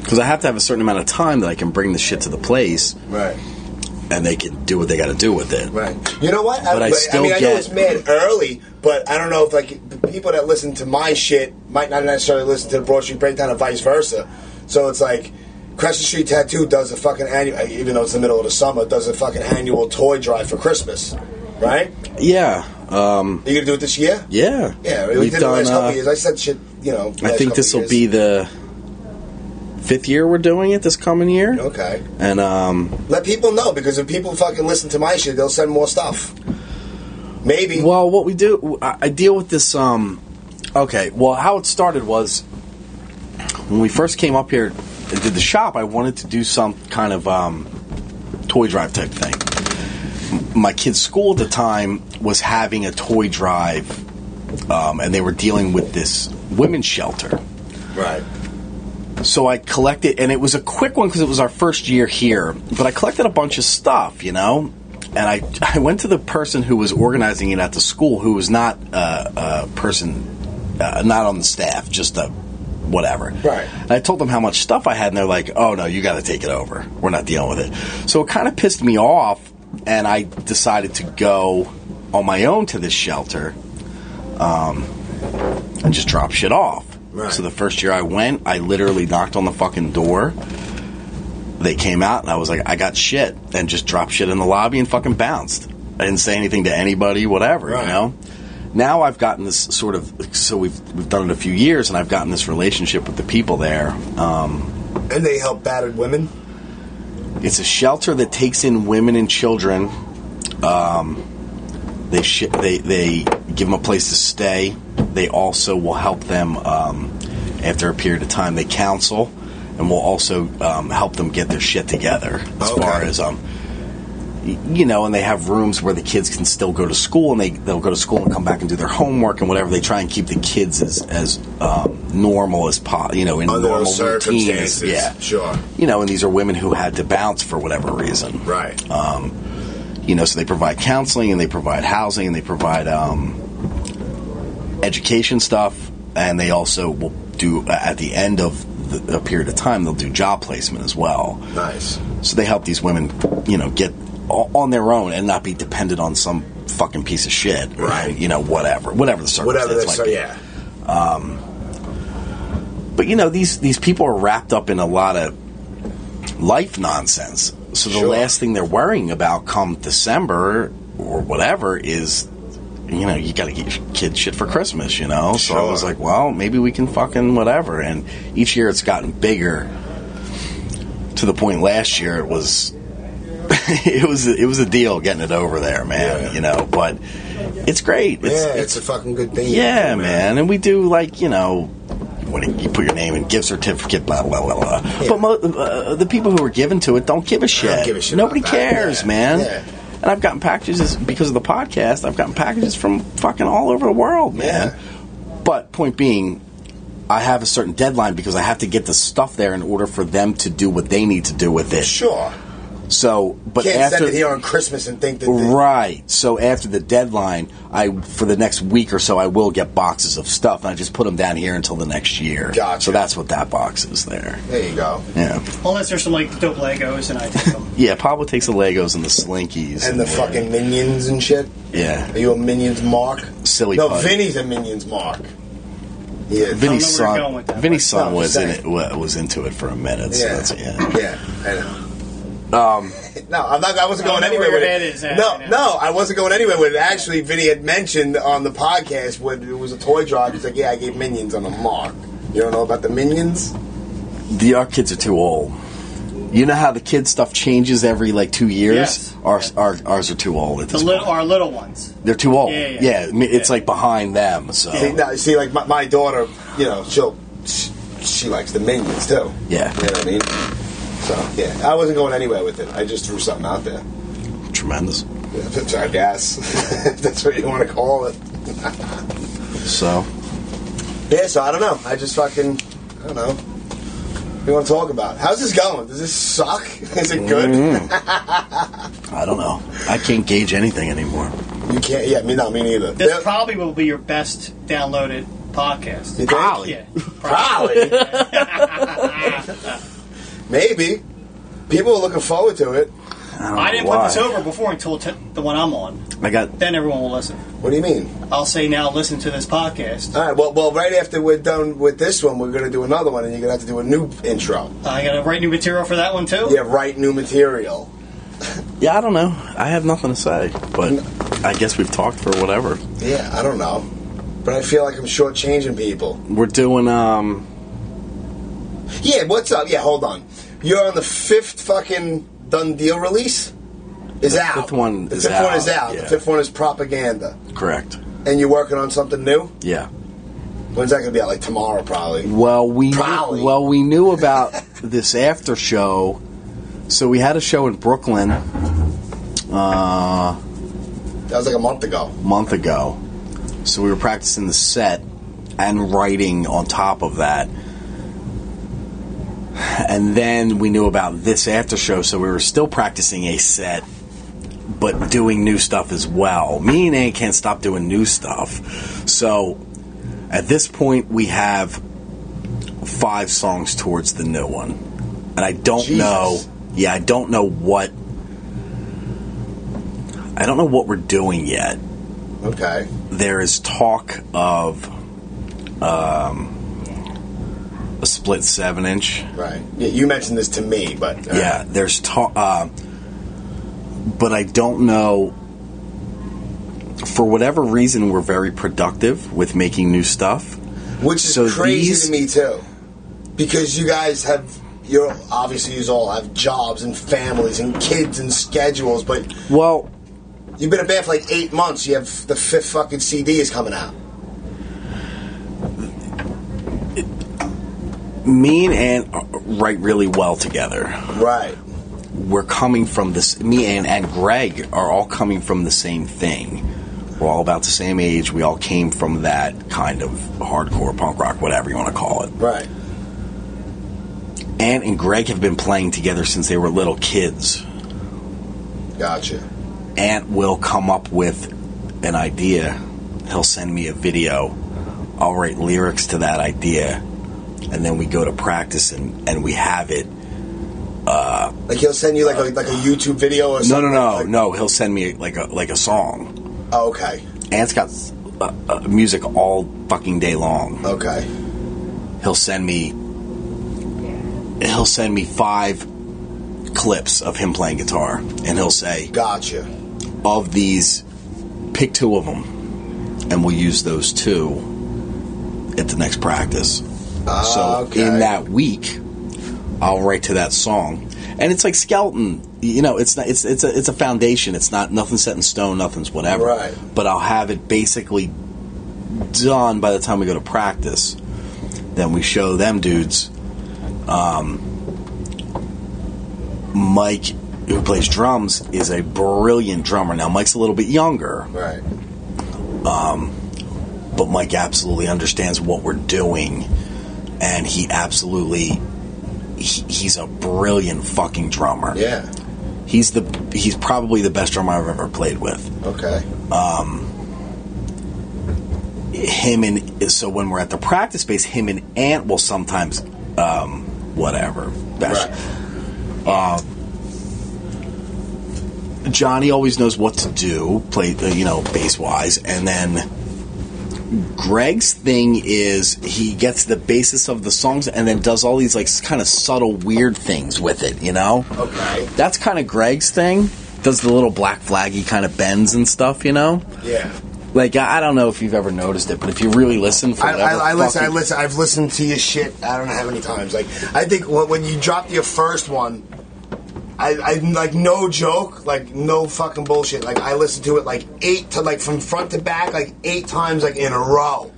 B: because I have to have a certain amount of time that I can bring the shit to the place
E: Right.
B: and they can do what they got to do with it.
E: Right. You know what?
B: But I still
E: mean, I know
B: get-
E: it's mad early, but I don't know if like the people that listen to my shit might not necessarily listen to the Broad Street Breakdown and vice versa. So it's like Crescent Street Tattoo does a fucking annual, even though it's the middle of the summer, does a fucking annual toy drive for Christmas, right?
B: Yeah. Um,
E: You gonna do it this year?
B: yeah. uh,
E: Yeah, we did it the last couple years. I said shit, you know.
B: I think this will be the fifth year we're doing it this coming year.
E: okay.
B: And um,
E: Let people know because if people fucking listen to my shit, they'll send more stuff. Maybe.
B: well, what we do, I I deal with this. Um, okay, well, how it started was when we first came up here and did the shop. I wanted to do some kind of um, toy drive type thing. my kid's school at the time was having a toy drive, um, and they were dealing with this women's shelter.
E: Right.
B: So I collected, and it was a quick one because it was our first year here. But I collected a bunch of stuff, you know. And I, I went to the person who was organizing it at the school, who was not uh, a person, uh, not on the staff, just a whatever.
E: Right.
B: And I told them how much stuff I had, and they're like, "Oh no, you got to take it over. We're not dealing with it." So it kind of pissed me off, and I decided to go on my own to this shelter and just drop shit off.
E: Right.
B: So the first year I went, I literally knocked on the fucking door. They came out and I was like, I got shit, and just dropped shit in the lobby and fucking bounced. I didn't say anything to anybody, whatever,
E: Right.
B: you know. Now I've gotten this sort of so we've we've done it a few years, and I've gotten this relationship with the people there. Um,
E: And they help battered women.
B: it's a shelter that takes in women and children. Um, they sh- they they give them a place to stay. They also will help them um, after a period of time. They counsel and will also um, help them get their shit together as
F: Okay.
B: far as um, y- you know. And they have rooms where the kids can still go to school, and they they'll go to school and come back and do their homework and whatever. They try and keep the kids as as um, normal as po- you know in
F: Under
B: normal
F: those circumstances.
B: routines. Yeah,
F: Sure.
B: You know, and these are women who had to bounce for whatever reason,
F: Right.
B: Uh, you know, so they provide counseling and they provide housing and they provide um, education stuff, and they also will do uh, at the end of the, a period of time they'll do job placement as well.
F: nice.
B: So they help these women, you know, get o- on their own and not be dependent on some fucking piece of shit, or,
F: Right.
B: You know, whatever, whatever the circumstance
F: Whatever that's
B: might be.
F: yeah.
B: But you know, these these people are wrapped up in a lot of life nonsense. So the
F: Sure.
B: last thing they're worrying about come December or whatever is you know, you got to get your kids shit for Christmas, you know? So I was
F: Sure.
B: like, well, maybe we can fucking whatever. And each year it's gotten bigger to the point last year it was it was it was a deal getting it over there, man,
F: Yeah.
B: you know, but it's great. It's
F: yeah, it's,
B: it's
F: a fucking good thing.
B: yeah, man. And we do like you know, when you put your name in gift certificate, blah blah blah blah. But mo- uh, the people who are given to it don't give a shit.
F: give a shit
B: Nobody
F: about that.
B: cares,
F: Yeah.
B: man.
F: Yeah.
B: And I've gotten packages because of the podcast. I've gotten packages from fucking all over the world, man. But point being. I have a certain deadline because I have to get the stuff there in order for them to do what they need to do with it.
F: Sure.
B: So, but
E: Can't
B: after
E: send it here on Christmas and think that the-
B: Right. So after the deadline, I for the next week or so, I will get boxes of stuff, and I just put them down here until the next year.
F: Gotcha.
B: So that's what that box is there.
F: There you go.
B: Yeah.
D: Unless there's some like dope Legos and I take them.
B: Yeah. Pablo takes the Legos and the Slinkies
E: and the fucking minions and shit.
B: yeah.
E: Are you a minions mark?
B: Silly
E: No,
B: putty.
E: Vinny's a minions mark. Yeah,
B: Vinny's
D: I don't know where you're
B: son.
D: going with that,
B: Vinny's
E: but-
B: son
E: No,
B: was in
E: same.
B: it. wa- Was into it for a minute. So
E: Yeah.
B: that's yeah.
E: Yeah, I know. Um, no, I'm not, I wasn't
D: I don't
E: going
D: know
E: anywhere
D: where
E: with
D: your head
E: it.
D: is at
E: no,
D: right now.
E: no, I wasn't going anywhere with it. Actually, Vinny had mentioned on the podcast when it was a toy drive. He's like, "Yeah, I gave minions on a mark." You don't know about the minions?
B: The our kids are too old. You know how the kid stuff changes every like two years.
D: Yes.
B: Ours, our, ours are too old at
D: The
B: this
D: little,
B: point.
D: our little ones.
B: They're too old.
D: Yeah, yeah,
B: I mean, it's
D: yeah.
B: like behind them. So
E: See, no, see, like my, my daughter, you know, she'll she, she likes the minions too.
B: Yeah.
E: you know what I mean. So yeah, I wasn't going anywhere with it. I just threw something out there.
B: tremendous.
E: I guess if that's what you want to call it.
B: So
E: Yeah, so I don't know. I just fucking, I don't know. What do you want to talk about? How's this going? Does this suck? Is it good?
B: I don't know. I can't gauge anything anymore.
E: You can't. Yeah, me not me neither.
D: This
E: Yeah.
D: probably will be your best downloaded podcast.
E: You think?
B: Probably.
D: Yeah.
E: Probably. Maybe. People are looking forward to it.
B: I, don't
D: I
B: know
D: didn't
B: why.
D: put this over before until t- the one I'm on.
B: I got
D: Then everyone will listen.
E: What do you mean?
D: I'll say now, listen to this podcast.
E: All right. Well, well, right after we're done with this one, we're gonna do another one, and you're gonna have to do a new intro.
D: I got to write new material for that one too.
E: Yeah, write new material.
B: yeah. I don't know. I have nothing to say, but I guess we've talked for whatever.
E: Yeah, I don't know, but I feel like I'm shortchanging people.
B: We're doing um.
E: Yeah, what's up? Yeah, hold on. You're on the fifth fucking done deal release. Is
B: The
E: out.
B: fifth one
E: The
B: is
E: fifth one
B: out,
E: is out.
B: yeah.
E: The fifth one is propaganda.
B: Correct.
E: And you're working on something new.
B: Yeah.
E: When's that gonna be out? Like tomorrow, probably.
B: Well, we
E: Probably.
B: well we knew about this after show, so we had a show in Brooklyn uh, a
E: That was like a month ago.
B: month ago, so we were practicing the set and writing on top of that. And then we knew about this after show, so we were still practicing a set but doing new stuff as well. Me and Ann can't stop doing new stuff. So at this point, we have five songs towards the new one. And I don't
E: Jesus.
B: know. Yeah, I don't know what. I don't know what we're doing yet.
E: Okay.
B: There is talk of um, a split seven inch.
E: Right. Yeah, you mentioned this to me, but uh,
B: Yeah, there's talk, uh, but I don't know. For whatever reason, we're very productive with making new stuff.
E: which is
B: So
E: crazy
B: these-
E: to me too, because you guys have. You're obviously you all have jobs and families and kids and schedules, but
B: Well,
E: you've been a band for like eight months. You have the fifth fucking CD is coming out.
B: me and Ann uh, write really well together.
E: Right.
B: we're coming from this. Me and and Greg are all coming from the same thing. We're all about the same age. We all came from that kind of hardcore punk rock, whatever you want to call it.
E: Right.
B: Ann and Greg have been playing together since they were little kids.
E: Gotcha.
B: Ant will come up with an idea. He'll send me a video. I'll write lyrics to that idea, and then we go to practice and, and we have it.
E: Like he'll send you like a like a YouTube video or
B: No,
E: something.
B: no, no,
E: like-
B: no. He'll send me like a like a song.
E: Oh, okay.
B: Ant's got uh, uh, music all fucking day long.
E: Okay.
B: He'll send me. He'll send me five clips of him playing guitar, and he'll say,
E: Gotcha.
B: "Of these, pick two of them, and we'll use those two at the next practice." Ah, so
E: Ah, okay.
B: in that week, I'll write to that song, and it's like skeleton. You know, it's not. It's it's a it's a foundation. It's not nothing set in stone. Nothing's whatever.
E: Right.
B: But I'll have it basically done by the time we go to practice. Then we show them dudes. Um, Mike, who plays drums, is a brilliant drummer. Now Mike's a little bit younger,
E: Right.
B: but Mike absolutely understands what we're doing, and he absolutely he, he's a brilliant fucking drummer.
E: Yeah.
B: he's the he's probably the best drummer I've ever played with.
E: Okay.
B: Him and so when we're at the practice space, him and Ant will sometimes um, whatever. Best. Johnny always knows what to do, play uh, you know bass wise, and then Greg's thing is he gets the basis of the songs and then does all these like kind of subtle weird things with it, you know.
E: Okay.
B: That's kind of Greg's thing. Does the little black flaggy kind of bends and stuff, you know?
E: Yeah.
B: Like I I don't know if you've ever noticed it, but if you really listen for
E: I,
B: whatever
E: I, I listen. I
B: fucking-
E: listen. I've listened to your shit. I don't know how many times. Like I think when, when you dropped your first one, I, I like no joke, like no fucking bullshit. Like I listened to it like eight to like from front to back, like eight times like in a row.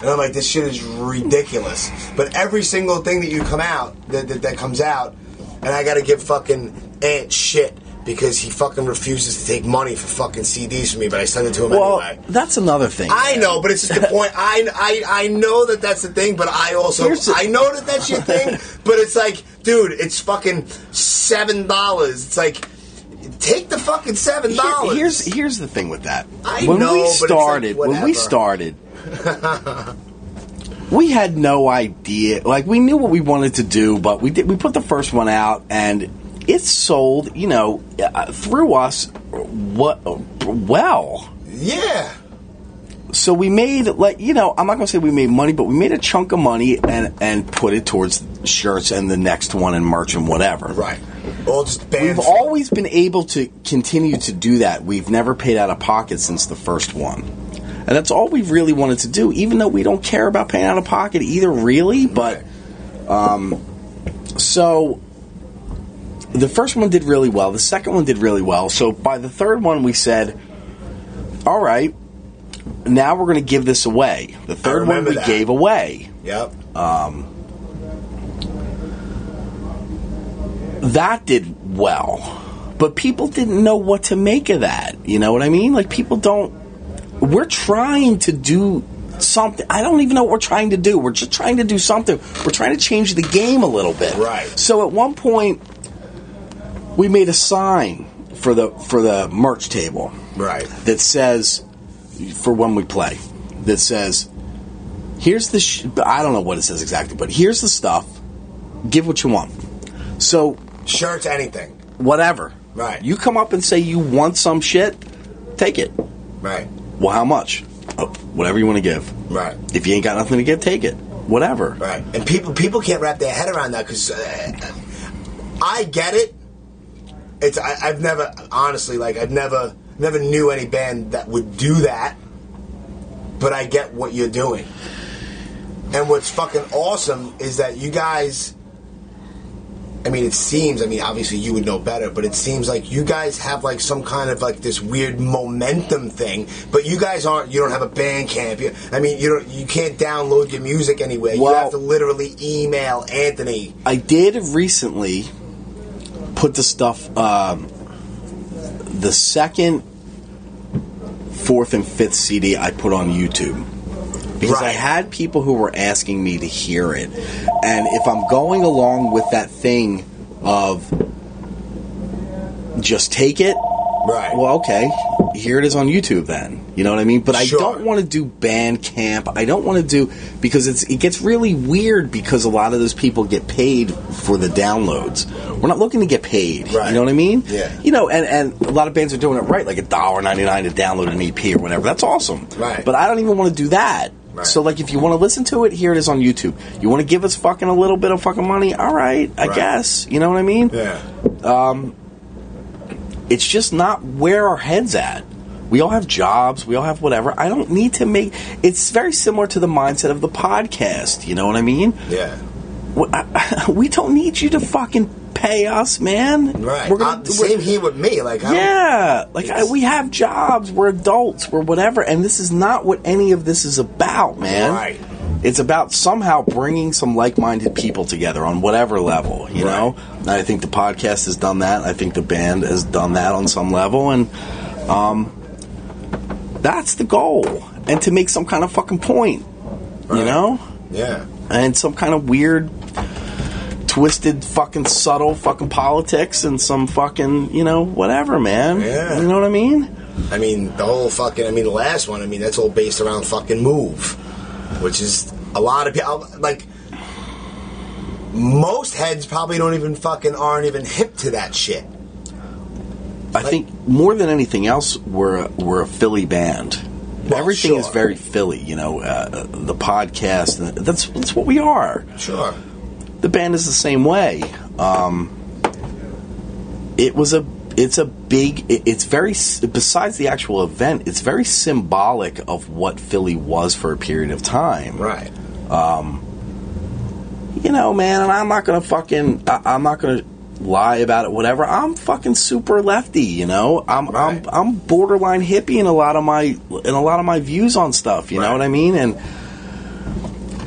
E: And I'm like, this shit is ridiculous. But every single thing that you come out that that, that comes out, and I got to give fucking Ant shit because he fucking refuses to take money for fucking CDs from me, but I send it to him
B: Well,
E: anyway.
B: that's another thing.
E: I know, but it's just the point. I, I, I know that that's the thing, but I also
B: Here's the-
E: I know that that's your thing. But it's like, dude, it's fucking seven dollars. It's like, take the fucking seven
B: Here-
E: dollars.
B: here's here's the thing with that.
E: I
B: when
E: know,
B: we
E: but it's like,
B: started, when we
E: whatever.
B: started, we had no idea. Like we knew what we wanted to do, but we did. We put the first one out, and it sold. You know, uh, through us, uh, what well.
E: yeah,
B: So we made like you know I'm not gonna say we made money, but we made a chunk of money and and put it towards shirts and the next one and merch and whatever.
E: right. All just bands.
B: We've always been able to continue to do that. We've never paid out of pocket since the first one. And that's all we've really wanted to do, even though we don't care about paying out of pocket either, really. But, um, so the first one did really well. The second one did really well. So by the third one, we said, all right, now we're going to give this away. The third one
E: remember
B: we
E: that.
B: gave away.
E: yep.
B: that did well. But people didn't know what to make of that. You know what I mean? Like people don't we're trying to do something. I don't even know what we're trying to do. We're just trying to do something. We're trying to change the game a little bit.
E: Right.
B: So at one point we made a sign for the for the merch table
E: Right.
B: that says for when we play that says here's the sh- I don't know what it says exactly, but here's the stuff. Give what you want. So
E: Shirts, anything.
B: whatever.
E: Right.
B: You come up and say you want some shit, take it.
E: Right.
B: Well, how much? Oh, whatever you want to give.
E: Right.
B: If you ain't got nothing to give, take it. Whatever.
E: Right. And people people can't wrap their head around that because uh, I get it. It's I, I've never honestly like I've never never knew any band that would do that. But I get what you're doing. And what's fucking awesome is that you guys I mean, it seems. I mean, obviously you would know better, but it seems like you guys have like some kind of like this weird momentum thing. But you guys aren't. You don't have a band camp. You, I mean, you don't. You can't download your music anywhere. you
B: Well-
E: have to literally email Anthony.
B: I did recently put the stuff um, the second, fourth, and fifth CD I put on YouTube because I
E: Right.
B: had people who were asking me to hear it, and if I'm going along with that thing of just take it,
E: Right.
B: well, okay, here it is on YouTube then. You know what I mean? But I
E: Sure.
B: don't want to do Bandcamp. I don't want to do because it's it gets really weird because a lot of those people get paid for the downloads. We're not looking to get paid.
E: Right.
B: You know what I mean?
E: Yeah.
B: You know, and, and a lot of bands are doing it right, like a dollar ninety nine to download an EP or whatever. That's awesome.
E: Right.
B: But I don't even want to do that.
E: Right.
B: So like if you want to listen to it, here it is on YouTube. You want to give us fucking a little bit of fucking money? All right, I
E: Right.
B: guess. You know what I mean? it's just not where our heads at. We all have jobs, we all have whatever. I don't need to make it's very similar to the mindset of the podcast, you know what I mean?
E: Yeah.
B: We, I- we don't need you to fucking pay us, man.
E: Right.
B: We're gonna,
E: Uh, same here with me. Like, I don't-
B: yeah, like I, we have jobs, we're adults, we're whatever, and this is not what any of this is about, man.
E: Right.
B: It's about somehow bringing some like-minded people together on whatever level, you know. And I think the podcast has done that. I think the band has done that on some level, and um, that's the goal. And to make some kind of fucking point, you know,
E: yeah.
B: and some kind of weird. Twisted, fucking subtle, fucking politics, and some fucking, you know, whatever, man.
E: Yeah.
B: You know what I mean?
E: I mean, the whole fucking. I mean, the last one. I mean, that's all based around fucking move, which is a lot of people like. Most heads probably don't even fucking aren't even hip to that shit.
B: I think more than anything else, we're a, we're a Philly band.
E: Well,
B: Everything is
E: sure.
B: very Philly, you know. Uh, the podcast, and that's that's what we are.
E: Sure.
B: The band is the same way. Um, it was a it's a big it- it's very s- besides the actual event, it's very symbolic of what Philly was for a period of time
E: Right.
B: you know, man, and I'm not gonna fucking, I, I'm not gonna lie about it, whatever. I'm fucking super lefty, you know. I'm,
E: Right.
B: I'm, I'm borderline hippie in a lot of my, in a lot of my views on stuff. You know
E: Right.
B: what I mean? And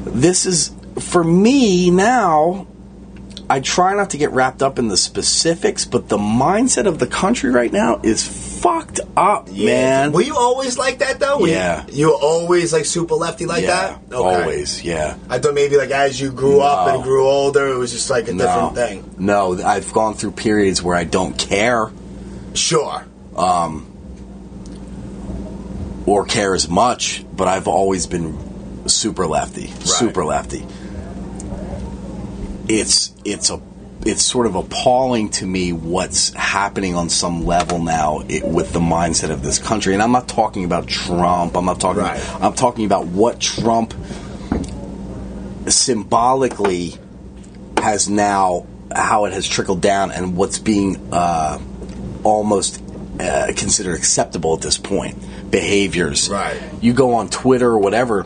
B: this is for me now. I try not to get wrapped up in the specifics, but the mindset of the country right now is fucked up, man.
E: Were you always like that though? Were you-
B: Yeah.
E: You, were always like super lefty like
B: yeah,
E: that. Okay.
B: always, yeah.
E: I thought maybe like as you grew up and grew older, it was just like a different thing.
B: No, I've gone through periods where I don't care
E: Sure.
B: or care as much, but I've always been super lefty, super lefty. It's it's a it's sort of appalling to me what's happening on some level now it, with the mindset of this country, and I'm not talking about Trump. I'm not talking.
E: Right.
B: I'm talking about what Trump symbolically has now how it has trickled down and what's being uh, almost uh, considered acceptable at this point behaviors
E: Right.
B: you go on twitter or whatever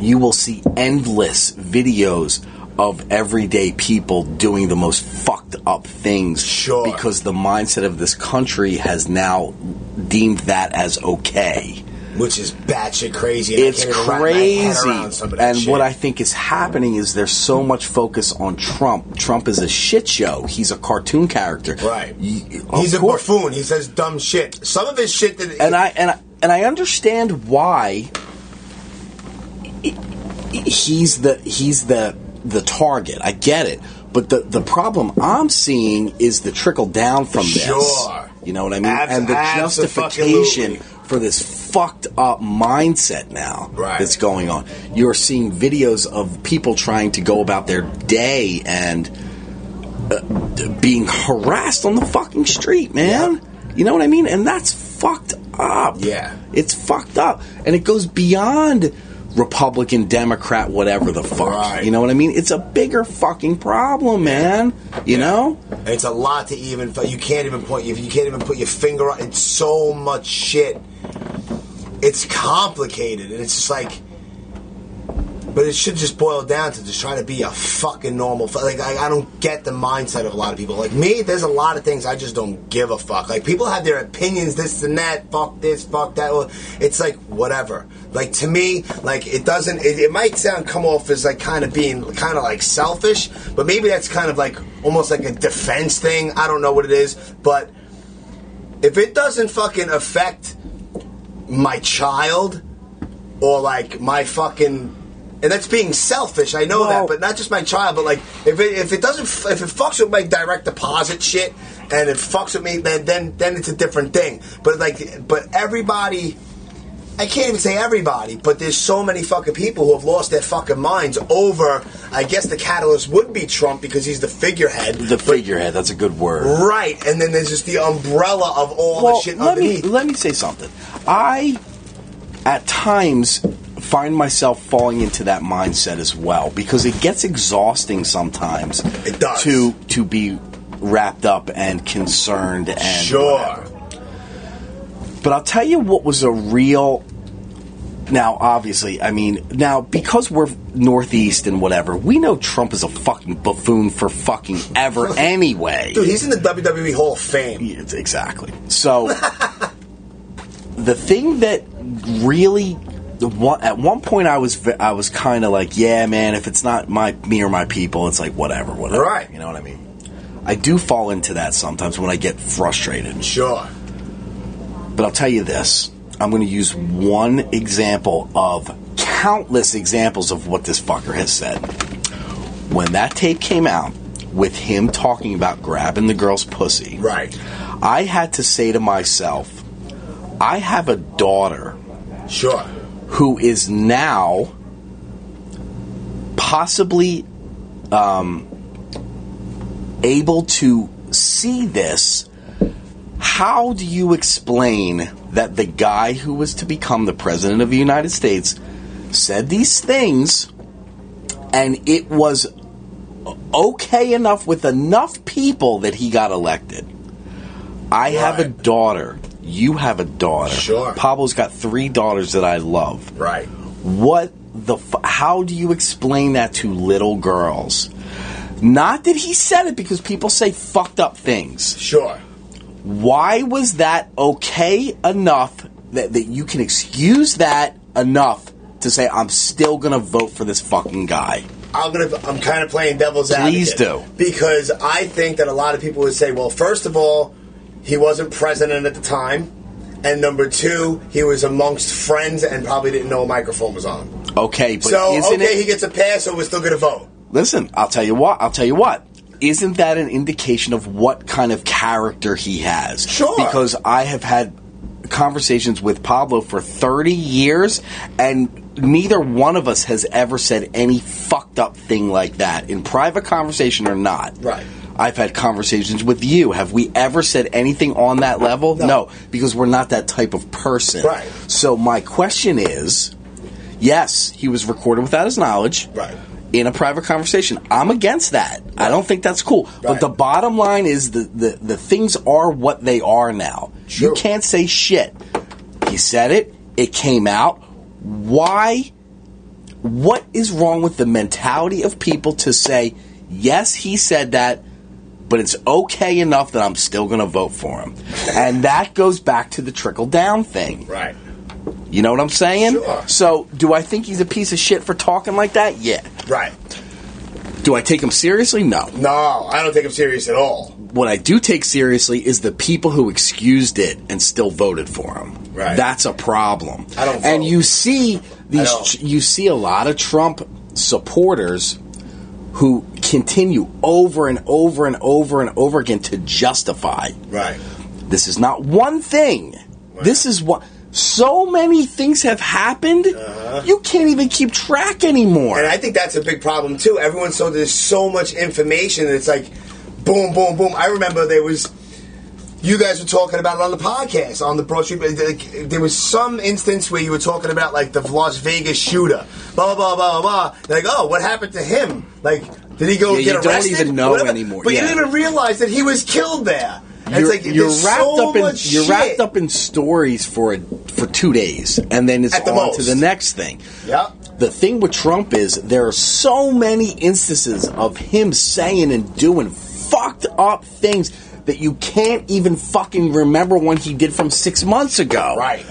B: you will see endless videos of everyday people doing the most fucked up things
E: Sure.
B: because the mindset of this country has now deemed that as okay
E: Which is batshit crazy. and I
B: it's
E: can't even wrap my head
B: crazy.
E: around some of that
B: And
E: shit.
B: what I think is happening is there's so much focus on Trump. Trump is a shit show. He's a cartoon character.
E: Right.
B: Y- of
E: He's a
B: course.
E: buffoon. He says dumb shit. Some of his shit that
B: And I and I, and I understand why he's the he's the the target. I get it. But the, the problem I'm seeing is the trickle down from this.
E: Sure.
B: You know what I mean?
E: Abs-
B: and the
E: abso-fucking-lutely.
B: justification for this fucked up mindset now
E: Right.
B: that's going on. You're seeing videos of people trying to go about their day and uh, d- being harassed on the fucking street, man. You know what I mean? And that's fucked up.
E: Yeah.
B: It's fucked up. And it goes beyond Republican, Democrat, whatever the fuck.
E: Right.
B: You know what I mean? It's a bigger fucking problem, man. You know?
E: It's a lot to even. You can't even point. You can't even put your finger on. It's so much shit. It's complicated, and it's just like But it should just boil down to just trying to be a fucking normal. Fu- like I, I don't get the mindset of a lot of people. Like me, there's a lot of things I just don't give a fuck. Like people have their opinions, this and that. Fuck this, fuck that. Well, It's like whatever. Like to me, like it doesn't. It, it might sound come off as like kind of being kind of like selfish, but maybe that's kind of like almost like a defense thing. I don't know what it is, but if it doesn't fucking affect my child or like my fucking and that's being selfish i know that
B: Well-
E: but not just my child but like if it if it doesn't f- if it fucks with my direct deposit shit and it fucks with me then then then it's a different thing but like but everybody I can't even say everybody, but there's so many fucking people who have lost their fucking minds over. I guess the catalyst would be Trump because he's the figurehead.
B: The figurehead, that's a good word.
E: Right, and then there's just the umbrella of all the shit
B: let me
E: underneath.
B: let me say something. I at times find myself falling into that mindset as well because it gets exhausting sometimes
E: It does.
B: to to be wrapped up and concerned and
E: sure.
B: But I'll tell you what was a real. Now, obviously, I mean, now because we're Northeast and whatever, we know Trump is a fucking buffoon for fucking ever anyway.
E: Dude, he's in the WWE Hall of Fame.
B: It's- exactly. So, the thing that really. The one, at one point, I was ve- I was kind of like, yeah, man. If it's not my me or my people, it's like whatever, whatever.
E: Right.
B: You know what I mean? I do fall into that sometimes when I get frustrated.
E: Sure.
B: But I'll tell you this I'm going to use one example of countless examples of what this fucker has said. When that tape came out with him talking about grabbing the girl's pussy,
E: Right.
B: I had to say to myself, I have a daughter
E: Sure.
B: who is now possibly um, able to see this, how do you explain that the guy who was to become the president of the United States said these things and it was okay enough with enough people that he got elected? I have a
E: Right.
B: daughter. You have a daughter.
E: Sure.
B: Pablo's got three daughters that I love
E: Right.
B: what the f- how do you explain that to little girls not that he said it because people say fucked up things
E: Sure.
B: why was that okay enough that, that you can excuse that enough to say i'm still gonna vote for this fucking guy
E: I'm gonna. I'm kind of playing devil's
B: Please
E: advocate.
B: do.
E: because I think that a lot of people would say, well, first of all, he wasn't president at the time, and number two, he was amongst friends and probably didn't know a microphone was on.
B: okay but
E: so
B: isn't
E: okay,
B: it
E: he gets a pass, so we're still gonna vote.
B: listen i'll tell you what i'll tell you what isn't that an indication of what kind of character he has
E: Sure.
B: because i have had conversations with pablo for 30 years and neither one of us has ever said any fucked up thing like that in private conversation or not
E: Right.
B: I've had conversations with you. Have we ever said anything on that level? No, because we're not that type of person.
E: Right.
B: So my question is, yes, he was recorded without his knowledge
E: Right.
B: in a private conversation. I'm against that. I don't think that's cool. But
E: Right.
B: the bottom line is the, the, the things are what they are now. You
E: Sure.
B: can't say shit. He said it, it came out. Why? What is wrong with the mentality of people to say, yes, he said that, but it's okay enough that I'm still going to vote for him? And that goes back to the trickle down thing.
E: Right.
B: You know what I'm saying?
E: Sure.
B: So, do I think he's a piece of shit for talking like that? Yeah.
E: Right.
B: Do I take him seriously? No.
E: No, I don't take him serious at all.
B: What I do take seriously is the people who excused it and still voted for him.
E: Right.
B: That's a problem.
E: I don't
B: And
E: vote.
B: you see these
E: don't.
B: you see a lot of Trump supporters who continue over and over and over and over again to justify.
E: Right.
B: This is not one thing. This is what so many things have happened. You can't even keep track anymore.
E: Uh-huh. And I think that's a big problem too. Everyone so there's so much information. It's like, boom, boom, boom. I remember there was. You guys were talking about it on the podcast on the Broad Street. but, like, There was some instance where you were talking about like the Las Vegas shooter, blah blah blah blah blah. Like, oh, what happened to him? Like, did he go
B: Yeah,
E: get
B: you don't
E: arrested?
B: even know
E: Whatever.
B: anymore,
E: But
B: yeah.
E: you didn't even realize that he was killed there. And
B: you're,
E: it's like
B: you're
E: there's
B: wrapped
E: so
B: up in
E: much
B: you're wrapped
E: shit.
B: up in stories for a, for two days, and then it's
E: At the
B: on to
E: most.
B: the next thing.
E: Yep.
B: the thing with Trump is there are so many instances of him saying and doing fucked up things that you can't even fucking remember when he did from six months ago.
E: Right.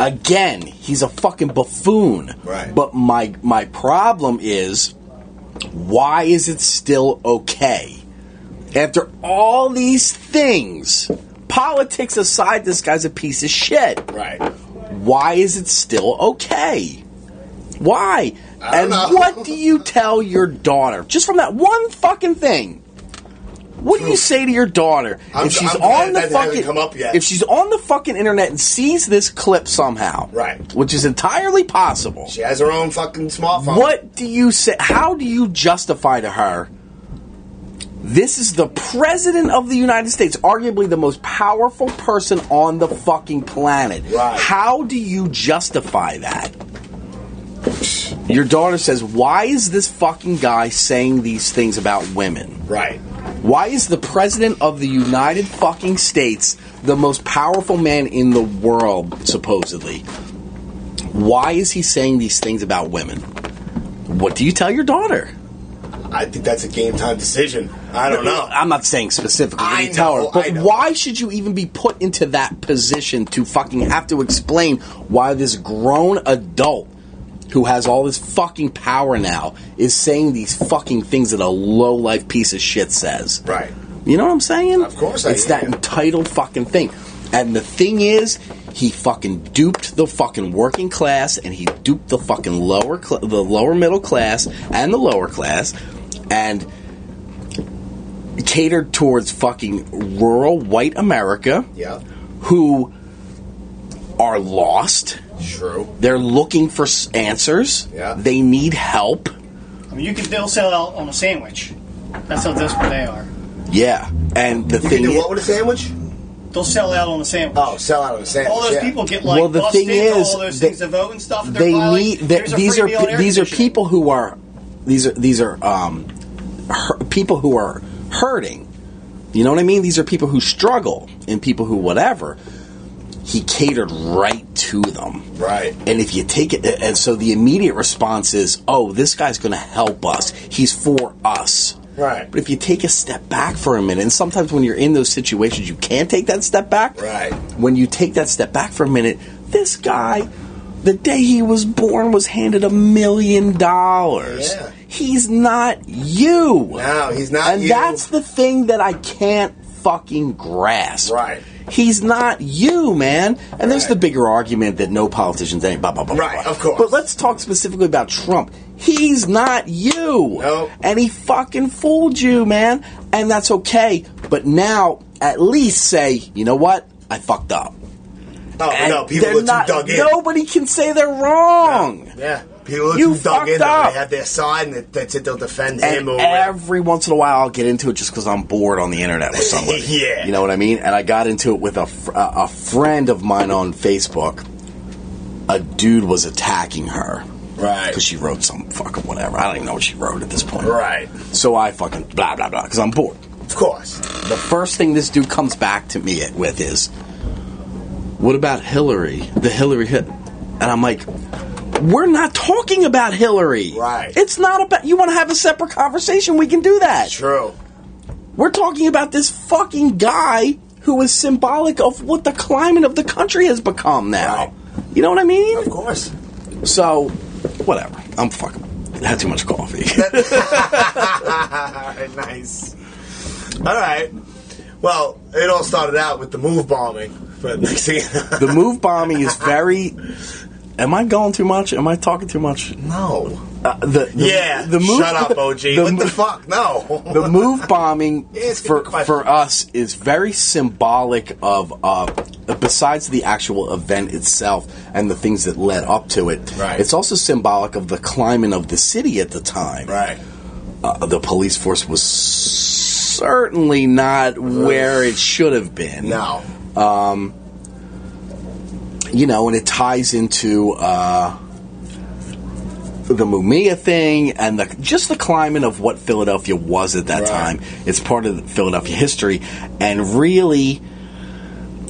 B: Again, he's a fucking buffoon.
E: Right.
B: But my my problem is why is it still okay? After all these things, politics aside, this guy's a piece of shit
E: Right.
B: why is it still okay? Why?
E: I
B: And
E: don't know.
B: what do you tell your daughter? Just from that one fucking thing. What do you say to your daughter
E: I'm-
B: if she's
E: I'm glad
B: on the
E: that hasn't
B: fucking
E: come up yet.
B: if she's on the fucking internet and sees this clip somehow?
E: Right.
B: Which is entirely possible.
E: She has her own fucking smartphone.
B: What do you say? How do you justify to her? This is the president of the United States, arguably the most powerful person on the fucking planet.
E: Right.
B: How do you justify that? Your daughter says, "Why is this fucking guy saying these things about women?"
E: Right.
B: Why is the president of the United fucking States the most powerful man in the world, supposedly? Why is he saying these things about women? What do you tell your daughter?
E: I think that's a game time decision. I don't know.
B: I'm not saying specifically what
E: I
B: you tell her,
E: know, I
B: but
E: know.
B: why should you even be put into that position to fucking have to explain why this grown adult who has all this fucking power now is saying these fucking things that a low life piece of shit says?
E: Right.
B: You know what I'm saying?
E: Of course I
B: It's
E: hear
B: that
E: you.
B: entitled fucking thing. And the thing is, he fucking duped the fucking working class and he duped the fucking lower cl- the lower middle class and the lower class and catered towards fucking rural white America
E: Yeah.
B: who are lost.
E: True.
B: They're looking for s- answers.
E: Yeah.
B: They need help.
D: I mean, you can still sell out on a sandwich. That's how desperate they are.
B: Yeah. And the
E: You
B: thing
E: do
B: is,
E: what with a sandwich?
D: They'll sell out on a sandwich.
E: Oh, sell out on a sandwich.
D: all those
E: yeah.
D: people get like
B: Well, the
D: busted
B: thing is
D: all those
B: that
D: things to vote and stuff. They're
B: they
D: violating-
B: need they,
D: there's a
B: these
D: free
B: are
D: meal and
B: pe-
D: air
B: these are
D: conditioning.
B: people who are these are these are um hur- people who are hurting you know what i mean these are people who struggle and people who whatever he catered right to them
E: Right.
B: and if you take it and so the immediate response is oh this guy's going to help us he's for us
E: Right.
B: but if you take a step back for a minute, and sometimes when you're in those situations, you can take that step back.
E: Right.
B: When you take that step back for a minute, this guy, the day he was born, was handed a million dollars.
E: Yeah.
B: He's not you.
E: No, he's not
B: And
E: you.
B: that's the thing that I can't fucking grasp.
E: Right.
B: He's not you, man. And there's
E: Right.
B: the bigger argument that no politicians ain't blah blah blah. blah,
E: Right,
B: blah.
E: of course.
B: But let's talk specifically about Trump. He's not you.
E: Nope.
B: And he fucking fooled you, man. And that's okay. But now, at least say, you know what? I fucked up.
E: Oh,
B: And
E: no, people
B: they're
E: are too
B: not-
E: dug in.
B: Nobody can say they're wrong.
E: Yeah.
G: People are
B: You
G: too dug in.
B: fucked up.
G: They have their side, and that- that's it. They'll defend him
B: And
G: or whatever.
B: every once in a while, I'll get into it just because I'm bored on the internet with somebody.
G: Yeah.
B: you know what I mean. And I got into it with a fr- a a friend of mine on Facebook. A dude was attacking her
E: Right.
B: because she wrote some fucking whatever. I don't even know what she wrote at this point.
E: Right.
B: So I fucking blah blah blah because I'm bored.
E: Of course.
B: The first thing this dude comes back to me with is, "What about Hillary? The Hillary hit?" And I'm like, "We're not talking about Hillary.
E: Right.
B: It's not about. You want to have a separate conversation? We can do that.
E: True.
B: We're talking about this fucking guy who is symbolic of what the climate of the country has become now.
E: Right.
B: You know what I mean?
E: Of course.
B: So, whatever. I'm fucking. I had too much coffee.
G: All right, nice. All right. Well, it all started out with the move bombing, but next thing
B: the move bombing is very. Am I going too much? Am I talking too much?
G: no.
B: Uh, the, the-
G: Yeah.
B: The move.
G: Shut up, OG. what the fuck? No.
B: the move bombing
G: it's a
B: for
G: good question.
B: for us is very symbolic of uh, besides the actual event itself and the things that led up to it.
E: Right.
B: It's also symbolic of the climate of the city at the time.
E: Right.
B: Uh, the police force was certainly not where it should have been
E: No.
B: you know, and it ties into uh, the Mumia thing and the just the climate of what Philadelphia was at that
E: Right.
B: time. It's part of the Philadelphia history, and really,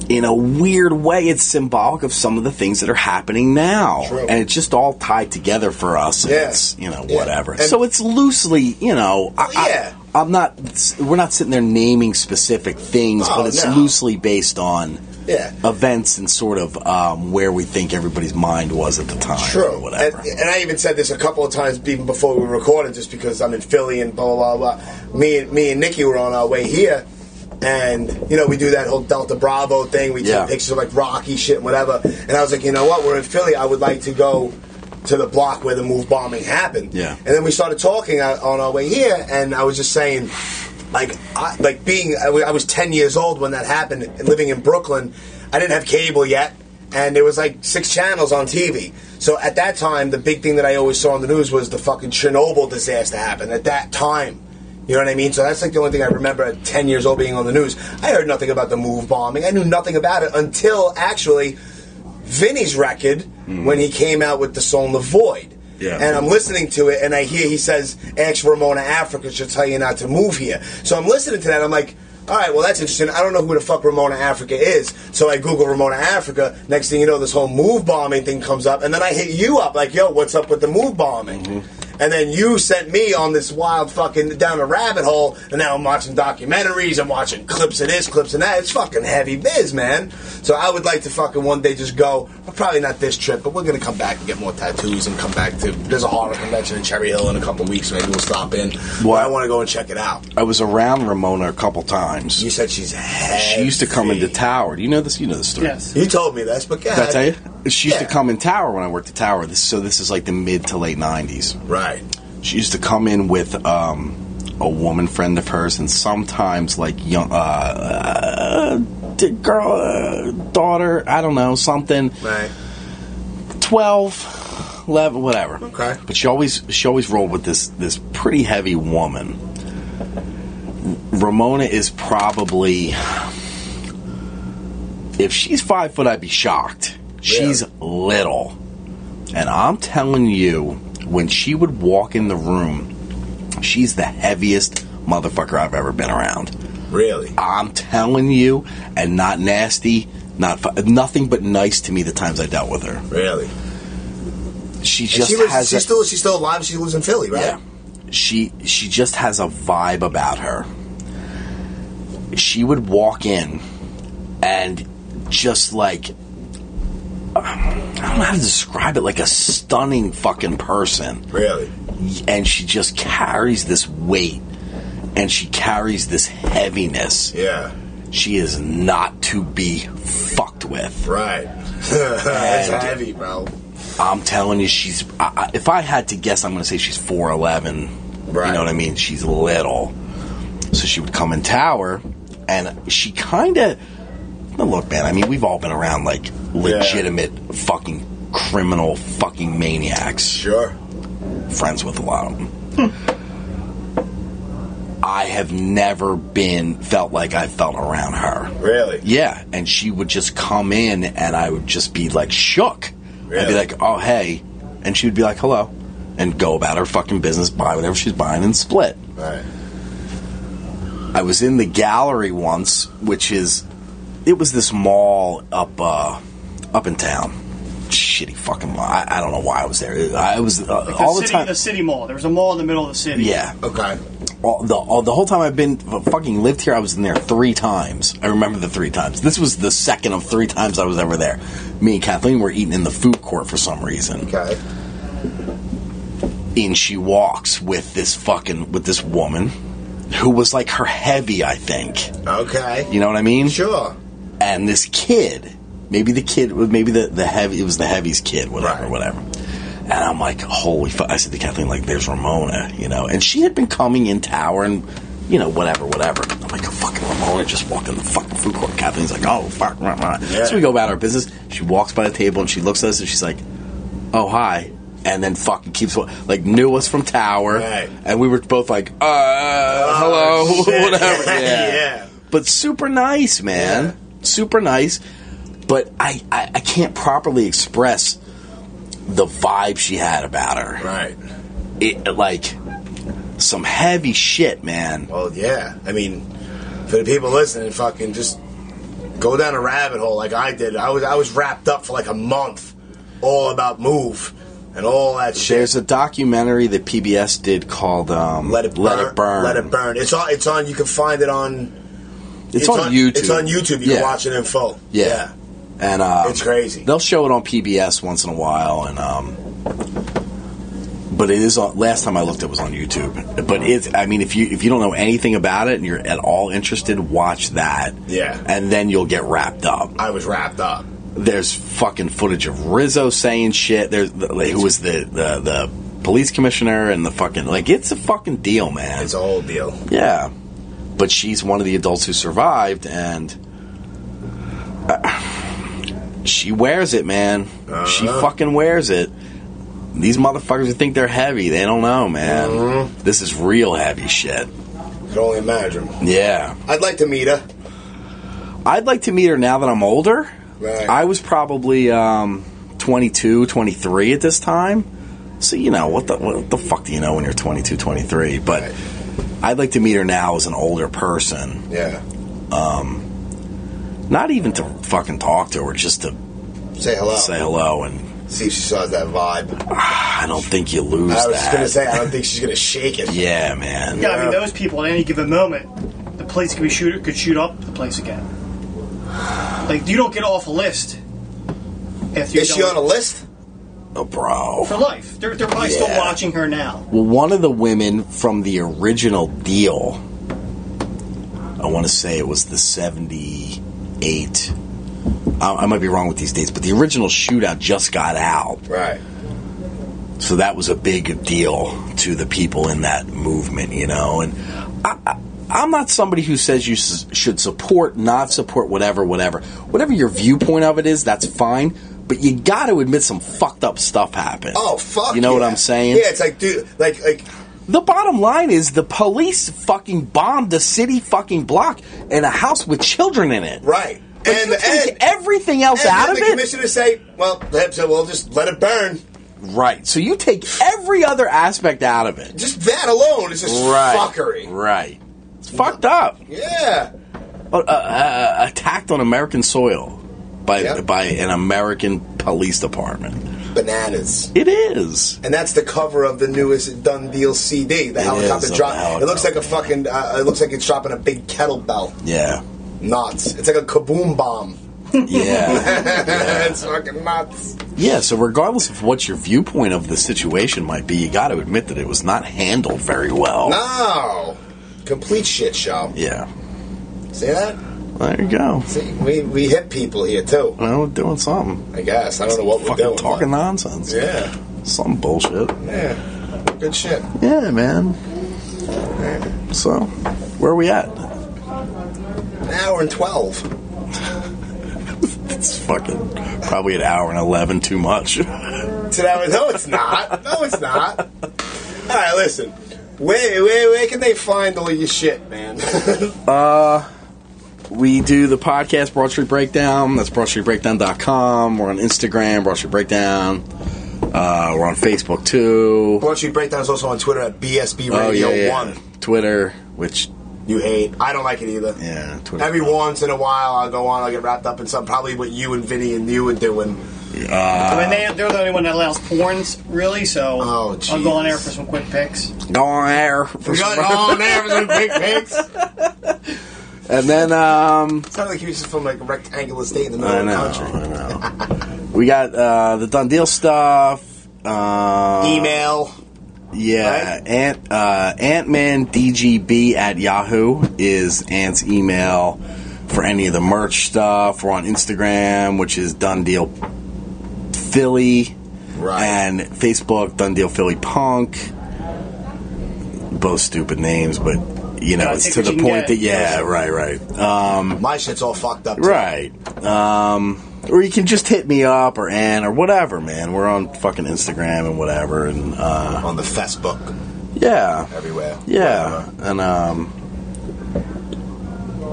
B: in a weird way, it's symbolic of some of the things that are happening now,
E: True.
B: and it's just all tied together for us. and
E: Yeah.
B: it's, you know
E: Yeah.
B: whatever.
E: And-
B: so it's loosely, you know, I, I-
E: yeah.
B: I'm not. We're not sitting there naming specific things,
E: Oh,
B: but it's
E: no.
B: loosely based on
E: Yeah.
B: events and sort of um, where we think everybody's mind was at the time.
E: True.
B: or whatever.
E: And, and I even said this a couple of times even before we recorded, just because I'm in Philly and blah blah blah. blah. Me and me and Nikki were on our way here, and you know we do that whole Delta Bravo thing. We
B: Yeah.
E: take pictures of like Rocky shit, and whatever. And I was like, you know what? We're in Philly. I would like to go to the block where the move bombing happened.
B: Yeah.
E: And then we started talking uh, on our way here, and I was just saying. Like, I, like being, I wa- I was 10 years old when that happened, and living in Brooklyn. I didn't have cable yet and there was like six channels on TV. So at that time, the big thing that I always saw on the news was the fucking Chernobyl disaster happened at that time. You know what I mean? So that's like the only thing I remember at 10 years old being on the news. I heard nothing about the move bombing. I knew nothing about it until actually Vinny's record when he came out with the song The Void.
B: Yeah.
E: And I'm listening to it and I hear he says, Ask Ramona Africa should tell you not to move here. So I'm listening to that. I'm like, all right, well, that's interesting. I don't know who the fuck Ramona Africa is. So I Google Ramona Africa. Next thing you know, this whole move bombing thing comes up. And then I hit you up, like, yo, what's up with the move bombing? And then you sent me on this wild fucking down a rabbit hole, and now I'm watching documentaries, I'm watching clips of this, clips of that. It's fucking heavy biz, man. So I would like to fucking one day just go. Probably not this trip, but we're gonna come back and get more tattoos and come back to. There's a horror convention in Cherry Hill in a couple weeks. Maybe we'll stop in. Well,
B: Well-
E: I want to go and check it out.
B: I was around Ramona a couple times.
E: You said she's heavy.
B: she used to come into Tower. Do you know this? You know this story.
D: Yes.
E: You told me this, but yeah,
B: Did I tell you? She used
E: Yeah.
B: to come in Tower when I worked at Tower. This, so this is like the mid to late '90s.
E: Right.
B: She used to come in with um, a woman friend of hers, and sometimes like young uh, uh, d- girl, uh, daughter, I don't know, something,
E: Right.
B: 12, 11, whatever.
E: Okay.
B: But she always she always rolled with this this pretty heavy woman. Ramona is probably if she's five foot, I'd be shocked. She's little. And I'm telling you, when she would walk in the room, she's the heaviest motherfucker I've ever been around.
E: Really.
B: I'm telling you, and not nasty, not fu- nothing but nice to me the times I dealt with her.
E: Really.
B: She
E: And
B: just
E: she lives,
B: has
E: she's
B: a-
E: still she's still alive. She lives in Philly, right?
B: yeah. She she just has a vibe about her. She would walk in and just like I don't know how to describe it like a stunning fucking person
E: Really.
B: and she just carries this weight and she carries this heaviness.
E: Yeah.
B: She is not to be fucked with.
E: Right. That's heavy, bro.
B: I'm telling you, she's. I, I, if I had to guess, I'm going to say she's 4'11.
E: Right.
B: You know what I mean? She's little. So she would come in tower, and she kind of. Now look, man, I mean, we've all been around like legitimate fucking criminal fucking maniacs,
E: Sure.
B: friends with a lot of them. I have never been felt like I felt around her.
E: Really?
B: Yeah, and she would just come in, and I would just be like shook. I'd
E: Really?
B: be like, "Oh, hey," and she would be like, "Hello," and go about her fucking business, buy whatever she's buying, and split.
E: Right.
B: I was in the gallery once, which is, it was this mall up, uh, up in town. Shitty fucking mall. I, I don't know why I was there. I was uh,
D: The
B: all the
D: city,
B: time.
D: The city mall. There was a mall in the middle of the city.
B: yeah,
E: Okay.
B: all, the all, the whole time I've been fucking lived here, I was in there three times. I remember the three times. This was the second of three times I was ever there. Me and Kathleen were eating in the food court for some reason.
E: Okay.
B: In she walks with this fucking with this woman, who was like her heavy, I think.
E: Okay.
B: You know what I mean?
E: Sure.
B: And this kid, maybe the kid, maybe the the heavy, it was the heavy's kid, whatever,
E: Right.
B: whatever. And I'm like, holy fuck! I said to Kathleen, like, there's Ramona, you know, and she had been coming in tower and, you know, whatever, whatever. I'm like, oh, fucking Ramona just walked in the fucking food court. Kathleen's like, oh fuck, rah, rah.
E: Yeah.
B: so we go about our business. She walks by the table and she looks at us and she's like, oh hi. And then fucking keeps wa- like knew us from Tower,
E: Right. Oh,
B: and we were both like, uh, hello,
E: shit.
B: whatever.
E: Yeah.
B: but super nice, man. Super nice. But I, I, I can't properly express the vibe she had about her.
E: Right.
B: It, like some heavy shit, man.
E: Well, yeah. I mean, for the people listening, fucking just go down a rabbit hole like I did. I was I was wrapped up for like a month, all about move and all that shit.
B: There's a documentary that PBS did called um,
E: let it burn,
B: Let It Burn.
E: Let it burn. It's on. It's on. You can find it on.
B: It's, on, YouTube.
E: It's on YouTube. You
B: Yeah.
E: can watch it in full.
B: Yeah. And uh,
E: It's crazy.
B: They'll show it on PBS once in a while, and um, but it is on. Last time I looked, it was on YouTube. But it's. I mean, if you if you don't know anything about it and you're at all interested, watch that.
E: Yeah.
B: And then you'll get wrapped up.
E: I was wrapped up.
B: There's fucking footage of Rizzo saying shit. There's like, who was the, the the police commissioner and the fucking like. It's a fucking deal, man.
E: It's a whole deal.
B: Yeah, but she's one of the adults who survived, and uh, she wears it, man. She
E: Uh-huh.
B: fucking wears it. These motherfuckers who think they're heavy, they don't know, man.
E: Mm-hmm.
B: This is real heavy shit.
E: I can only imagine.
B: Yeah,
E: I'd like to meet her.
B: I'd like to meet her now that I'm older.
E: Right.
B: I was probably um, 22, 23 at this time. So you know what the what the fuck do you know when you're 22, 23? But
E: Right.
B: I'd like to meet her now as an older person.
E: Yeah.
B: not even to fucking talk to her, just to
E: Say hello.
B: say hello. And
E: See if she saw that vibe.
B: I don't think you lose
E: I was
B: that.
E: just gonna say I don't think she's gonna shake it.
B: yeah, man.
D: Yeah, I mean, those people at any given moment, the police could be shoot could shoot up the place again. Like you don't get off a list. If you
E: Is she on a list?
B: Oh, bro.
D: for life? They're, they're probably still
B: Yeah.
D: watching her now.
B: Well, one of the women from the original deal, I want to say it was the 78. I, I might be wrong with these dates, but the original shootout just got out.
E: Right.
B: So that was a big deal to the people in that movement, you know. And I, I, I'm not somebody who says you s- should support, not support, whatever, whatever. Whatever your viewpoint of it is, that's fine. But you got to admit some fucked up stuff happened.
E: Oh fuck.
B: You know what
E: yeah.
B: I'm saying?
E: Yeah. It's like dude. Like like.
B: The bottom line is the police fucking bombed a city fucking block and a house with children in it.
E: Right.
B: Like, you take everything else
E: and
B: out
E: then
B: of
E: the
B: it.
E: commissioner say, "Well, perhaps we'll just let it burn."
B: Right. So you take every other aspect out of it.
E: Just that alone is just
B: Right.
E: fuckery.
B: Right. It's fucked up.
E: Yeah.
B: uh, uh, attacked on American soil by
E: Yep.
B: by an American police department.
E: Bananas.
B: It is.
E: And that's the cover of the newest Done Deal CD. The helicopter
B: is a
E: drop. It looks like
B: helicopter.
E: a fucking. Uh, it looks like it's dropping a big kettlebell.
B: Yeah.
E: Nuts. It's like a kaboom bomb.
B: Yeah.
E: it's fucking nuts.
B: yeah, so regardless of what your viewpoint of the situation might be, you got to admit that it was not handled very well.
E: No. Complete shit show.
B: Yeah.
E: See that?
B: There you go.
E: See, we, we hit people here too.
B: Well, we're doing something.
E: I guess I don't know what we're
B: Fucking
E: doing.
B: talking
E: but-
B: nonsense.
E: Yeah.
B: Some bullshit.
E: Yeah. Good shit.
B: Yeah, man. So, where are we at?
E: An hour and twelve.
B: It's fucking probably an hour and 11 too much.
E: to that one. No, it's not. No, it's not. All right, listen. Where, where, where can they find all your shit, man?
B: We do the podcast Broad Street Breakdown. That's broadstreetbreakdown.com. We're on Instagram, Broad Street Breakdown. Uh, we're on Facebook too.
E: Broad Street Breakdown is also on Twitter at BSB
B: Oh,
E: Radio One.
B: Twitter, which
E: You hate. I don't like it either.
B: yeah, Twitter.
E: Every once in a while, I'll go on. I'll get wrapped up in something. Probably what you and Vinny and you were doing.
D: I mean, they, they're the only one that allows porns, really. So
E: Oh,
D: I'll go on there
E: jeez.
D: for some quick pics.
B: Go on air. For
E: We got
B: some-
E: on there with the big pics.
B: and then um,
E: It's not like he was just from like a rectangular state in the middle
B: I
E: of the
B: know,
E: country.
B: I know. we got uh, the done deal stuff. Uh,
E: Email.
B: Yeah, Ant uh, Antman DGB at Yahoo is Ant's email for any of the merch stuff. We're on Instagram, which is Done Deal Philly,
E: Right.
B: and Facebook Done Deal Philly Punk. Both stupid names, but you know
D: Gotta
B: it's
D: take
B: to
D: what
B: the
D: you can get.
B: point that yeah, right, right, Um,
E: My shit's all fucked up. too.
B: right. Um, or you can just hit me up or Ant or whatever, man. We're on fucking Instagram and whatever, and uh,
E: On the Facebook
B: yeah.
E: everywhere.
B: Yeah, and um,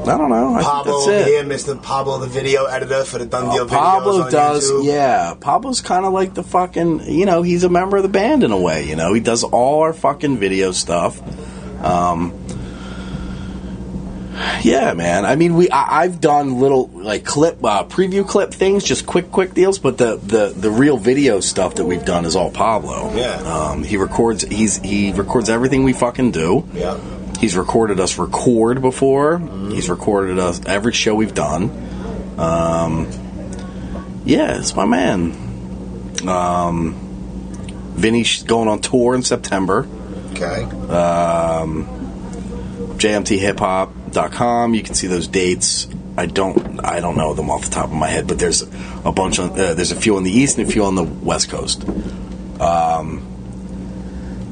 B: I don't know. I
E: Pablo
B: think that's
E: here,
B: it.
E: Mr. Pablo, the video editor for the Done Deal
B: Uh, Pablo
E: videos
B: does,
E: on YouTube.
B: yeah. Pablo's kind of like the fucking, you know, he's a member of the band in a way. You know, he does all our fucking video stuff. Um, Yeah, man. I mean, we I, I've done little like clip uh, preview clip things, just quick quick deals. But the, the the real video stuff that we've done is all Pablo.
E: Yeah.
B: Um, he records. He's he records everything we fucking do.
E: Yeah.
B: He's recorded us record before. He's recorded us every show we've done. Um, yeah, it's my man. Um, Vinny's going on tour in September
E: Okay.
B: jmthiphop.com. You can see those dates. I don't I don't know them off the top of my head, but there's a bunch on uh, there's a few on the east and a few on the west coast. Um,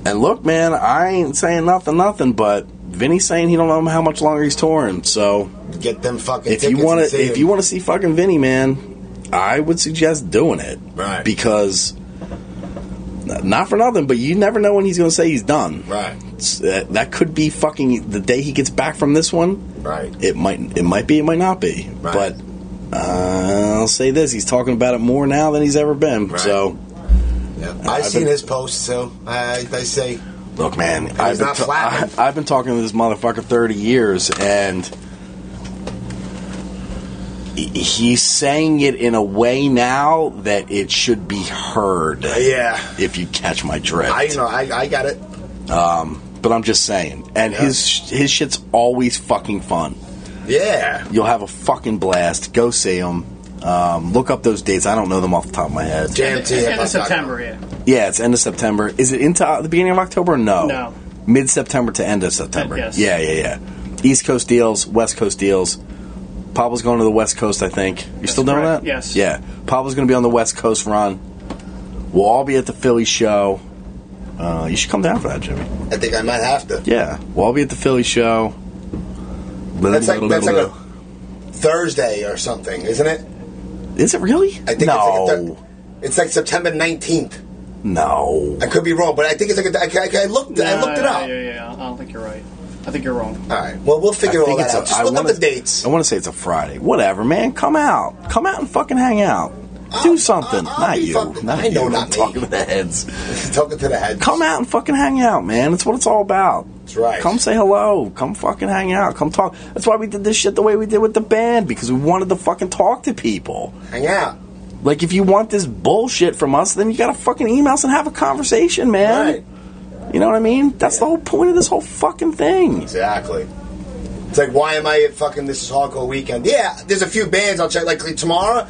B: and look, man, I ain't saying nothing, nothing, but Vinny's saying he don't know how much longer he's touring. So
E: Get them fucking.
B: if you want to if you want to see fucking Vinny, man, I would suggest doing it.
E: Right.
B: Because not for nothing, but you never know when he's going to say he's done.
E: Right.
B: It's- That, that could be fucking the day he gets back from this one.
E: Right.
B: It might it might be, it might not be.
E: Right.
B: But uh, I'll say this, he's talking about it more now than he's ever been.
E: Right.
B: So
E: Yeah. I've,
B: I've
E: seen
B: been-
E: his posts too. I, they say
B: Look, man, I've
E: he's
B: been,
E: not
B: ta-
E: flapping.
B: I, have been talking to this motherfucker 30 years, and he- he's saying it in a way now that it should be heard.
E: Yeah.
B: If you catch my drift.
E: I know. I, I got it.
B: but I'm just saying. And his his shit's always fucking fun.
E: Yeah.
B: You'll have a fucking blast. Go see him. Um, look up those dates. I don't know them off the top of my head.
E: JMT.
D: End of September, yeah.
B: Yeah, it's end of September. Is it into uh, the beginning of October?
E: Oh,
B: No.
D: No.
B: Mid September to end of September.
D: Yes.
B: Yeah, yeah, yeah. East Coast deals, West Coast deals. Pablo's going to the West Coast, I think. You're still doing
D: correct,
B: that?
D: yes.
B: Yeah. Pablo's going to be on the West Coast run. We'll all be at the Philly show. Uh, you should come down for that, Jimmy.
E: I think I might have to.
B: Yeah. We'll all be at the Philly show.
E: That's like that's like a Thursday or something, isn't it?
B: Is it really?
E: I think
B: no.
E: it's like a Thur- it's like September nineteenth.
B: no.
E: I could be wrong, but I think it's like a, I, I, I looked I looked it
D: Nah,
E: up.
D: Uh, Yeah, yeah, yeah. I don't think you're right. I think you're wrong.
E: All right. Well, we'll figure all that
B: it's a-
E: out. Just
B: I
E: look
B: wanna-
E: up the dates.
B: I want to say it's a Friday. Whatever, man. Come out. Come out and fucking hang out.
E: I'll-
B: Do something.
E: I'll- I'll
B: not
E: be
B: you.
E: fucking-
B: not
E: I know
B: you.
E: not
B: I'm
E: me.
B: talking to the heads.
E: Talking to the head.
B: Come out and fucking hang out, man. That's what it's all about.
E: That's right.
B: Come say hello. Come fucking hang out. Come talk. That's why we did this shit the way we did with the band because we wanted to fucking talk to people.
E: Hang out.
B: Like if you want this bullshit from us, then you gotta fucking email us and have a conversation, man.
E: Right.
B: You know what I mean? That's the whole point of this whole fucking thing.
E: Exactly. It's like, why am I at fucking this is hardcore weekend? Yeah, there's a few bands I'll check. Like tomorrow,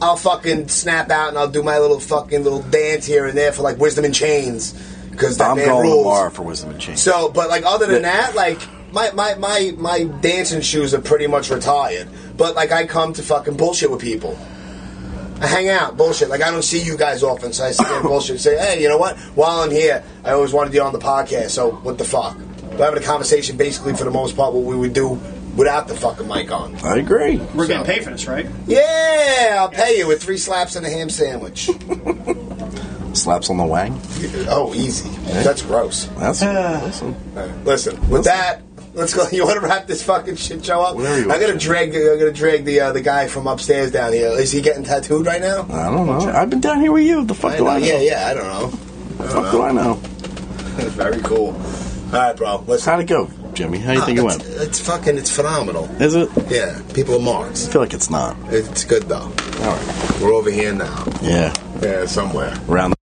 E: I'll fucking snap out and I'll do my little fucking little dance here and there for like Wisdom in Chains because that
B: I'm
E: band
B: going
E: rules.
B: tomorrow for wisdom and change.
E: So, but like other than
B: Yeah.
E: that, like my, my my my dancing shoes are pretty much retired. But like I come to fucking bullshit with people. I hang out, bullshit. Like I don't see you guys often, so I sit there and bullshit. and Say, hey, you know what? While I'm here, I always wanted you on the podcast. So what the fuck? We're having a conversation, basically for the most part, what we would do without the fucking mic on.
B: I agree.
D: We're getting paid for this, right?
E: Yeah, I'll pay you with three slaps and a ham sandwich.
B: Slaps on the wang.
E: oh, easy. That's gross.
B: That's listen.
E: Listen, with that, let's go. You want to wrap this fucking shit show up?
B: Whatever you
E: I'm
B: want.
E: gonna drag. I'm gonna drag the uh, the guy from upstairs down here. Is he getting tattooed right now?
B: I don't know. I've been down here with you. The fuck
E: I
B: do
E: know.
B: I know?
E: Yeah, yeah. I don't know.
B: the fuck do I know?
E: Very cool. All right, bro. Listen.
B: How'd it go, Jimmy? How do you think it
E: it's,
B: went?
E: it's fucking. It's phenomenal.
B: Is it?
E: Yeah, people are marks.
B: I feel like it's not.
E: It's good though.
B: All right.
E: We're over here now.
B: Yeah.
E: Yeah, somewhere.
B: Round.